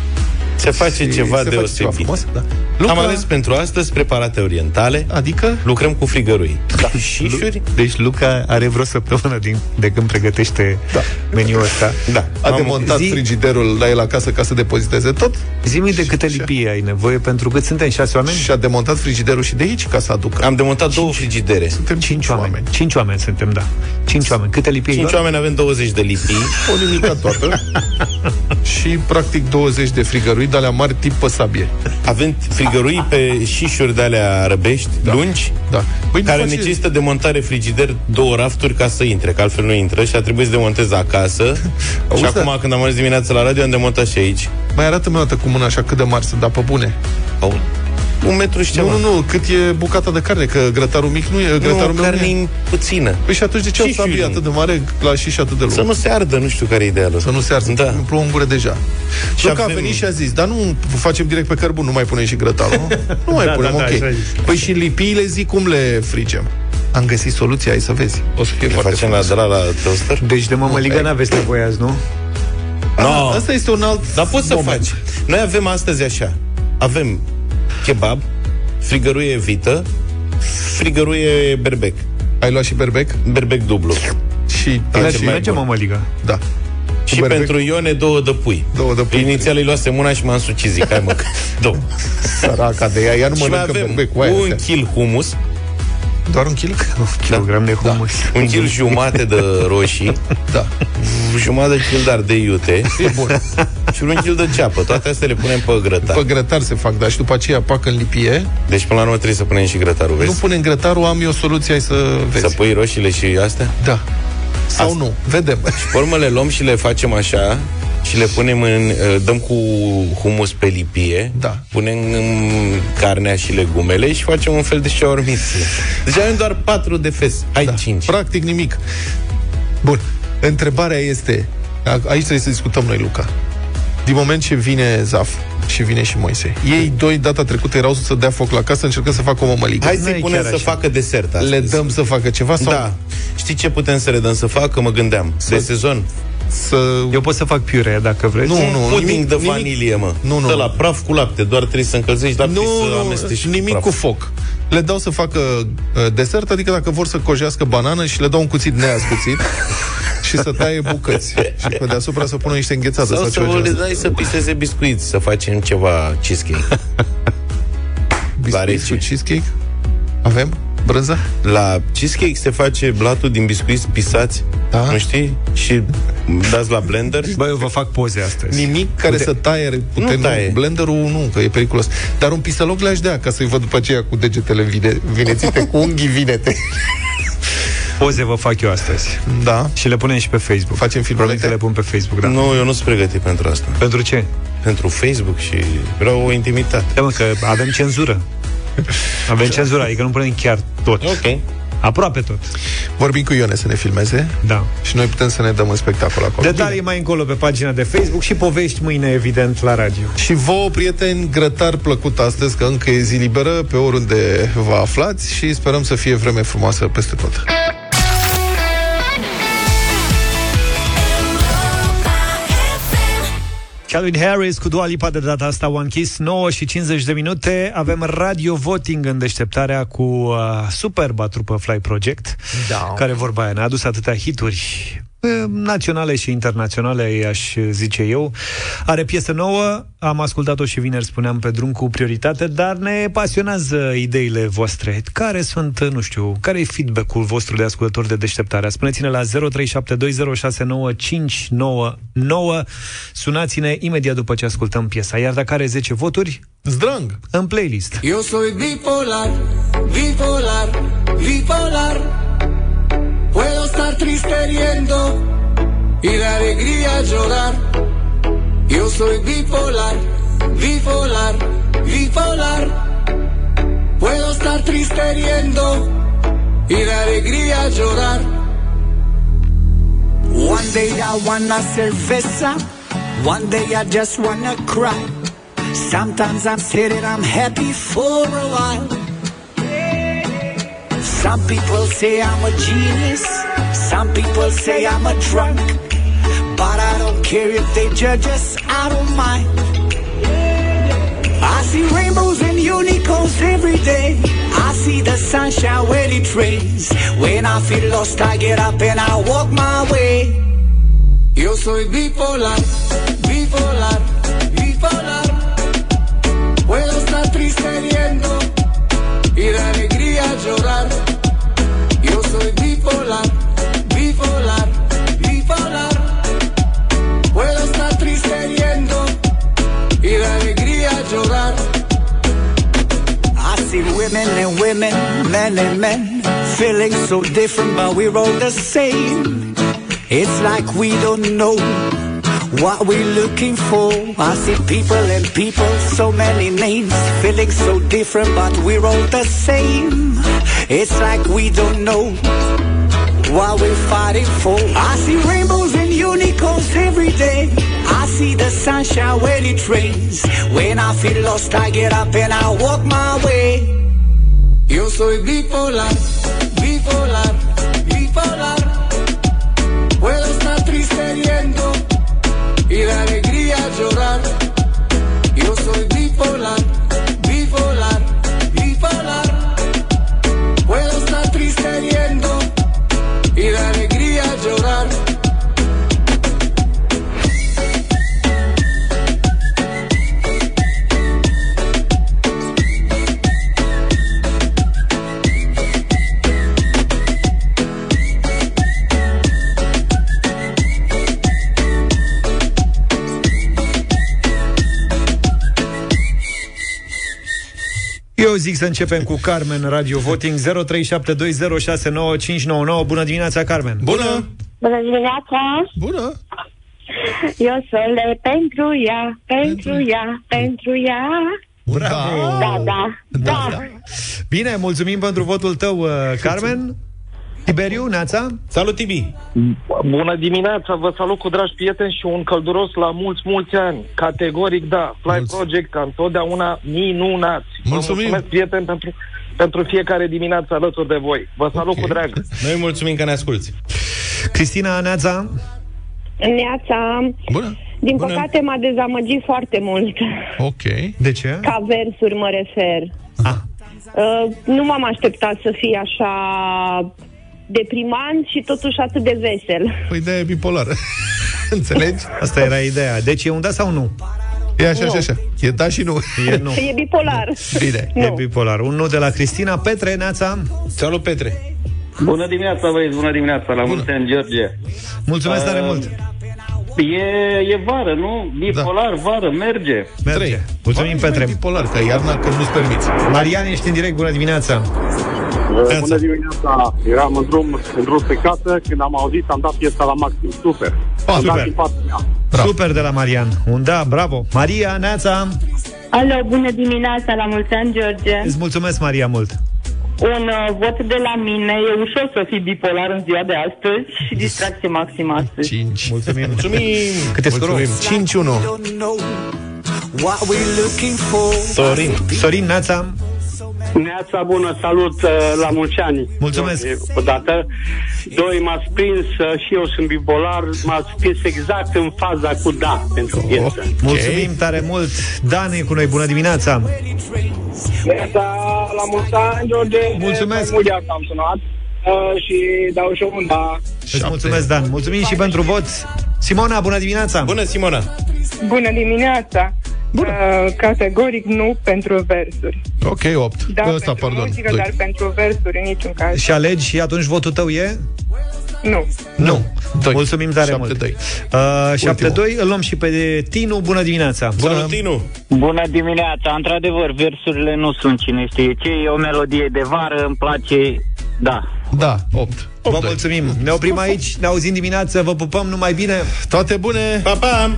[SPEAKER 3] Se face
[SPEAKER 2] și
[SPEAKER 3] ceva
[SPEAKER 2] se face ceva
[SPEAKER 3] deosebit.
[SPEAKER 2] frumos, da.
[SPEAKER 3] Am
[SPEAKER 2] Luca-
[SPEAKER 3] ales pentru astăzi preparate orientale,
[SPEAKER 2] Adică?
[SPEAKER 3] lucrăm cu frigărui. Da. Șișuri?
[SPEAKER 4] Deci Luca are vreo săptămână din, de când pregătește da. meniul ăsta.
[SPEAKER 3] Da.
[SPEAKER 2] A
[SPEAKER 3] Am-
[SPEAKER 2] demontat
[SPEAKER 4] zi-
[SPEAKER 2] frigiderul la el acasă ca să depoziteze tot
[SPEAKER 4] Zi-mi de câte lipie ai nevoie, pentru că suntem șase oameni?
[SPEAKER 2] și a demontat frigiderul și de aici ca să aducă.
[SPEAKER 3] Am demontat două frigidere.
[SPEAKER 2] Suntem
[SPEAKER 4] Cinci oameni.
[SPEAKER 2] oameni.
[SPEAKER 4] Cinci oameni suntem, da. Cinci oameni. Câte lipie ai
[SPEAKER 3] Cinci
[SPEAKER 4] luat?
[SPEAKER 3] oameni avem 20 de lipii.
[SPEAKER 2] O nimica toată Și practic 20 de frigărui De alea mari tip pe sabie
[SPEAKER 3] Avem frigărui pe șișuri de alea răbești, da. lungi,
[SPEAKER 2] da. Băi, nu
[SPEAKER 3] care
[SPEAKER 2] face-
[SPEAKER 3] necesită de montare frigider două rafturi ca să intre, că altfel nu intră și a trebuit să demontez
[SPEAKER 2] (laughs)
[SPEAKER 3] acasă. și
[SPEAKER 2] Auzi,
[SPEAKER 3] acum
[SPEAKER 2] da.
[SPEAKER 3] când am ajuns dimineața la radio am demontat și aici.
[SPEAKER 2] Mai arată-mi o dată cu mâna așa cât de mari sunt Dar pe bune
[SPEAKER 3] Au un metru și ceva.
[SPEAKER 2] Nu, nu, nu, cât e bucata de carne Că grătarul mic nu e grătarul meu nu
[SPEAKER 3] carne
[SPEAKER 2] e.
[SPEAKER 3] e puțină.
[SPEAKER 2] Păi și atunci de ce au
[SPEAKER 3] Și
[SPEAKER 2] sabie
[SPEAKER 3] șirin.
[SPEAKER 2] atât de mare La și și atât de lung
[SPEAKER 3] Să nu se ardă, nu știu care e idealul.
[SPEAKER 2] să nu se arsă,
[SPEAKER 3] Da.
[SPEAKER 2] da. plouă în gură deja. Și Luca
[SPEAKER 3] avem-
[SPEAKER 2] a venit și a zis, dar nu facem direct pe cărbun, nu mai punem și grătarul. nu mai
[SPEAKER 4] Da,
[SPEAKER 2] punem,
[SPEAKER 4] da, da,
[SPEAKER 2] ok.
[SPEAKER 4] așa a zis.
[SPEAKER 2] păi și lipiile zic cum le frigem. Am găsit soluția, ai să vezi. O să fie
[SPEAKER 3] Le
[SPEAKER 2] foarte
[SPEAKER 3] facem la
[SPEAKER 2] frumos.
[SPEAKER 3] de la, la toaster?
[SPEAKER 4] Deci de mămăligă
[SPEAKER 2] ai.
[SPEAKER 4] n-aveți nevoie azi, nu?
[SPEAKER 3] No.
[SPEAKER 2] Ah,
[SPEAKER 3] Da.
[SPEAKER 2] Asta este un alt
[SPEAKER 3] Dar poți să
[SPEAKER 2] moment.
[SPEAKER 3] faci. Noi avem astăzi așa. Avem kebab, frigăruie vită, frigăruie berbec.
[SPEAKER 2] Ai luat și berbec?
[SPEAKER 3] Berbec dublu.
[SPEAKER 2] Și
[SPEAKER 3] Merge,
[SPEAKER 2] și-
[SPEAKER 3] mai
[SPEAKER 4] Merge
[SPEAKER 3] bun.
[SPEAKER 4] mămăligă.
[SPEAKER 2] Da.
[SPEAKER 3] Și
[SPEAKER 2] berbec?
[SPEAKER 3] pentru Ione două de pui.
[SPEAKER 2] Două de pui.
[SPEAKER 3] Inițial îi luasem una și m-am sucizit. Hai
[SPEAKER 2] (laughs)
[SPEAKER 3] mă, că- două.
[SPEAKER 2] Săraca de ea, ea nu
[SPEAKER 3] și mai
[SPEAKER 2] mănâncă
[SPEAKER 3] avem
[SPEAKER 2] berbec cu aia.
[SPEAKER 3] un
[SPEAKER 2] astea.
[SPEAKER 3] kil humus,
[SPEAKER 2] Doar un Da. kilo?
[SPEAKER 4] Kilogram de humus.
[SPEAKER 3] un kil jumate
[SPEAKER 2] (laughs)
[SPEAKER 3] de roșii,
[SPEAKER 2] Da.
[SPEAKER 3] jumătate de kil dar de
[SPEAKER 2] (laughs)
[SPEAKER 3] iute
[SPEAKER 2] E bun.
[SPEAKER 3] și un kil de ceapă. Toate astea le punem pe grătar.
[SPEAKER 2] Pe grătar se fac, dar și după aceea pac în lipie.
[SPEAKER 3] Deci până la urmă trebuie să punem și grătarul,
[SPEAKER 2] Nu
[SPEAKER 3] vezi?
[SPEAKER 2] pune în grătarul, am eu soluția, ai să vezi.
[SPEAKER 3] Să pui roșiile și astea?
[SPEAKER 2] Da. Sau
[SPEAKER 3] Asta.
[SPEAKER 2] nu. Vedem.
[SPEAKER 3] Pe urmă le luăm și le facem așa și le punem în... uh, Dăm cu humus pe lipie,
[SPEAKER 2] Da.
[SPEAKER 3] punem în carnea și legumele și facem un fel de șaormiță. Deci avem doar patru de fes. Hai da. cinci.
[SPEAKER 2] Practic nimic. Bun. Întrebarea este, a- aici trebuie să discutăm noi, Luca. Din moment ce vine Zaf și vine și Moise, ei doi data trecută erau să dea foc la casă, încercăm să facă o mămăligă.
[SPEAKER 3] Mm. Hai
[SPEAKER 4] Nu
[SPEAKER 3] să-i
[SPEAKER 4] e
[SPEAKER 3] punem
[SPEAKER 4] chiar
[SPEAKER 3] să
[SPEAKER 4] așa.
[SPEAKER 3] facă desert astăzi.
[SPEAKER 2] Le dăm să facă ceva sau
[SPEAKER 3] Da. Știi ce putem să le dăm să facă? Mă gândeam. De
[SPEAKER 2] Să-
[SPEAKER 3] sezon.
[SPEAKER 2] să...
[SPEAKER 4] Eu pot să fac piure, dacă vreți.
[SPEAKER 2] Nu,
[SPEAKER 3] Un puding
[SPEAKER 2] nimic-
[SPEAKER 3] de
[SPEAKER 2] nimic-
[SPEAKER 3] vanilie, mă.
[SPEAKER 2] Nu, nu,
[SPEAKER 3] De
[SPEAKER 2] nu.
[SPEAKER 3] la praf cu lapte. Doar trebuie să încălzești lapte și
[SPEAKER 2] Nu,
[SPEAKER 3] să
[SPEAKER 2] nu,
[SPEAKER 3] amesteci
[SPEAKER 2] nimic
[SPEAKER 3] praf.
[SPEAKER 2] cu foc. Le dau să facă uh, desert, adică dacă vor să cojească banană și le dau un cuțit
[SPEAKER 3] (laughs)
[SPEAKER 2] neascuțit și să taie bucăți. Și pe deasupra să pună niște înghețată.
[SPEAKER 3] Sau
[SPEAKER 2] Sau,
[SPEAKER 3] să da.
[SPEAKER 2] ceva
[SPEAKER 3] vă le
[SPEAKER 2] genul ăsta.
[SPEAKER 3] dai să pisteze biscuiți, să facem ceva cheesecake.
[SPEAKER 2] Biscuiți
[SPEAKER 3] rece.
[SPEAKER 2] cu cheesecake? Avem? brânza?
[SPEAKER 3] La cheesecake se face blatul din biscuiți pisați, da? nu știi? Și dați la blender.
[SPEAKER 4] Bă, eu vă fac poze astăzi.
[SPEAKER 2] Nimic care Pute... să taie puternic. Nu taie. Blenderul nu, că e periculos. Dar un pisăloc le-aș dea ca să-i văd după aceea cu degetele vine, vinețite, cu unghii vinete.
[SPEAKER 4] Poze vă fac eu astăzi.
[SPEAKER 2] (laughs) Da.
[SPEAKER 4] Și le punem și pe Facebook.
[SPEAKER 2] Facem filmulete?
[SPEAKER 4] Promit că le pun pe Facebook, da.
[SPEAKER 3] Nu, eu nu sunt pregătit pentru asta.
[SPEAKER 4] Pentru ce?
[SPEAKER 3] Pentru Facebook și vreau o intimitate.
[SPEAKER 4] Da, mă, că avem cenzură. Avem cenzură, adică nu punem chiar tot.
[SPEAKER 3] Ok.
[SPEAKER 4] Aproape tot.
[SPEAKER 2] Vorbim cu Ione să ne filmeze
[SPEAKER 4] Da.
[SPEAKER 2] și noi putem să ne dăm un spectacol acolo.
[SPEAKER 4] Detalii mai încolo pe pagina de Facebook și povești mâine, evident, la radio.
[SPEAKER 2] Și vouă, prieteni, grătar plăcut astăzi, că încă e zi liberă pe oriunde vă aflați și sperăm să fie vreme frumoasă peste tot.
[SPEAKER 4] Calvin Harris cu Dua Lipa de data asta One Kiss 9 și 50 de minute Avem radio voting în deșteptarea Cu uh, superba trupă Fly Project
[SPEAKER 16] Da.
[SPEAKER 4] Care vorba aia ne-a adus atâtea hituri uh, naționale și internaționale, aș zice eu. Are piesă nouă, am ascultat-o și vineri, spuneam, pe drum cu prioritate, dar ne pasionează ideile voastre. Care sunt, nu știu, care e feedback-ul vostru de ascultători de deșteptarea? Spuneți-ne la 0372069599. Sunați-ne imediat după ce ascultăm piesa. Iar dacă are 10 voturi,
[SPEAKER 2] Zdrang!
[SPEAKER 4] în playlist.
[SPEAKER 17] Yo soy bipolar, bipolar, bipolar. Puedo estar triste riendo y de alegría llorar. Yo soy bipolar, bipolar, bipolar. Puedo estar triste riendo y de alegría llorar. One day I wanna cerveza, one day I just wanna cry. Sometimes I'm sad and I'm happy for a while. Some people say I'm a genius, some people say I'm a drunk. But I don't care if they judge us, I don't mind. I see rainbows and unicorns every day. I see the sunshine when it rains. When I feel lost, I get up and I walk my way. Yo soy bipolar, bipolar, bipolar. Puedo estar triste riendo y de alegría llorar. Yo soy bipolar, bipolar, bipolar. Puedo estar triste riendo y de alegría llorar. I see women and women, men and men, feeling so different, but we're all the same. It's like we don't know what we're looking for. I see people and people, so many names, feeling so different, but we're all the same. It's like we don't know what we're fighting for. I see rainbows and unicorns every day. I see the sunshine when it rains. When I feel lost, I get up and I walk my way. Yo soy bipolar, bipolar, bipolar. Puedo estar triste riendo y de alegría llorar. Yo soy bipolar, bipolar, bipolar. Puedo estar triste riendo y de alegría llorar.
[SPEAKER 4] Eu zic să începem cu Carmen Radio Voting 0372069599. Bună dimineața, Carmen!
[SPEAKER 2] Bună!
[SPEAKER 18] Bună dimineața!
[SPEAKER 2] Bună!
[SPEAKER 18] Eu sunt le pentru ea, pentru ea, pentru ea.
[SPEAKER 2] Bravo!
[SPEAKER 4] Mm.
[SPEAKER 18] Da, da, da.
[SPEAKER 4] Bine, mulțumim pentru votul tău, uh, Carmen. Tiberiu, Neața?
[SPEAKER 3] Salut, Tibi!
[SPEAKER 8] Bună dimineața, vă salut cu dragi prieteni și un călduros la mulți, mulți ani. Categoric, da, Fly
[SPEAKER 2] Mulți.
[SPEAKER 8] Project, ca întotdeauna minunați.
[SPEAKER 2] Mulțumim.
[SPEAKER 8] Vă mulțumesc, prieteni, pentru, pentru fiecare dimineață alături de voi. Vă salut okay. cu drag.
[SPEAKER 3] Noi mulțumim că ne asculti.
[SPEAKER 4] Cristina, Neața?
[SPEAKER 18] Neața.
[SPEAKER 2] Bună!
[SPEAKER 18] Din
[SPEAKER 2] Bună.
[SPEAKER 18] păcate m-a dezamăgit foarte mult. (laughs)
[SPEAKER 2] Ok.
[SPEAKER 4] De ce?
[SPEAKER 18] Ca versuri mă refer.
[SPEAKER 4] Ah.
[SPEAKER 18] Uh, nu m-am așteptat să fie așa deprimant și totuși atât de vesel.
[SPEAKER 2] Păi de bipolar. (laughs) Înțelegi?
[SPEAKER 4] Asta era ideea. Deci e un da sau nu?
[SPEAKER 3] E așa
[SPEAKER 18] Nu.
[SPEAKER 3] și așa. E da și nu.
[SPEAKER 4] E nu.
[SPEAKER 18] E bipolar.
[SPEAKER 3] Bine.
[SPEAKER 4] E bipolar. Un nu de la Cristina Petre, Neața.
[SPEAKER 19] Salut, Petre.
[SPEAKER 20] Bună dimineața, băieți, bună dimineața, la mulți ani, George.
[SPEAKER 4] Mulțumesc tare
[SPEAKER 20] Uh,
[SPEAKER 4] mult.
[SPEAKER 20] E, e vară, nu? Bipolar, da. vară, merge.
[SPEAKER 4] Merge. Trei. Mulțumim, Petre.
[SPEAKER 3] bipolar, că iarna când nu-ți permiți.
[SPEAKER 4] Marian, ești în direct, bună dimineața.
[SPEAKER 8] Bună dimineața, eram în drum, în drum pe casă, când am auzit, am dat piesa la maxim, super.
[SPEAKER 4] Ah,
[SPEAKER 8] am
[SPEAKER 4] super.
[SPEAKER 8] dat din fața mea.
[SPEAKER 4] Super de la Marian. Un da, bravo. Maria, Neața.
[SPEAKER 7] Alo, bună dimineața, la mulți ani, George.
[SPEAKER 4] Îți mulțumesc, Maria, mult.
[SPEAKER 18] Un uh, vot de la mine. E ușor să fii bipolar în ziua de astăzi și distracție maximă astăzi.
[SPEAKER 3] 5.
[SPEAKER 4] Mulțumim.
[SPEAKER 21] Mulțumim.
[SPEAKER 4] Câte scorul?
[SPEAKER 3] Mulțumim. 5-1.
[SPEAKER 22] What we looking for.
[SPEAKER 4] Sorin. Sorin, Neața.
[SPEAKER 8] Neața bună, salut uh, la mulți ani.
[SPEAKER 4] Mulțumesc.
[SPEAKER 8] George, Odată. Doi, m-ați prins uh, și eu sunt bipolar, m-ați prins exact în faza cu da pentru piesă.
[SPEAKER 4] Mulțumim tare mult. Dan e cu noi, bună dimineața.
[SPEAKER 23] Neața, la mulți ani, George. Mulțumesc. Mult de asta am sunat uh, și dau și eu un da.
[SPEAKER 4] Îți mulțumesc, Dan. Mulțumim și pentru vot. Simona, bună dimineața.
[SPEAKER 21] Bună, Simona.
[SPEAKER 15] Bună dimineața! Bună. Uh, categoric nu pentru versuri.
[SPEAKER 3] Ok, 8.
[SPEAKER 15] Da,
[SPEAKER 3] Ăsta,
[SPEAKER 15] pentru
[SPEAKER 3] pardon.
[SPEAKER 15] muzică,
[SPEAKER 3] doi.
[SPEAKER 15] dar pentru versuri în niciun caz.
[SPEAKER 4] Și alegi și atunci votul tău e?
[SPEAKER 15] Nu.
[SPEAKER 4] Nu. Mulțumim tare mult. 7-2. Uh, 7-2. Îl luăm și pe Tinu. Bună dimineața.
[SPEAKER 13] Bună dimineața! Într-adevăr, versurile nu sunt cine știe ce, e o melodie de vară, îmi place, da.
[SPEAKER 3] Da, 8.
[SPEAKER 4] Vă mulțumim. Ne oprim aici, ne auzim dimineață, vă pupăm numai bine.
[SPEAKER 3] Toate bune.
[SPEAKER 21] Pa, pa.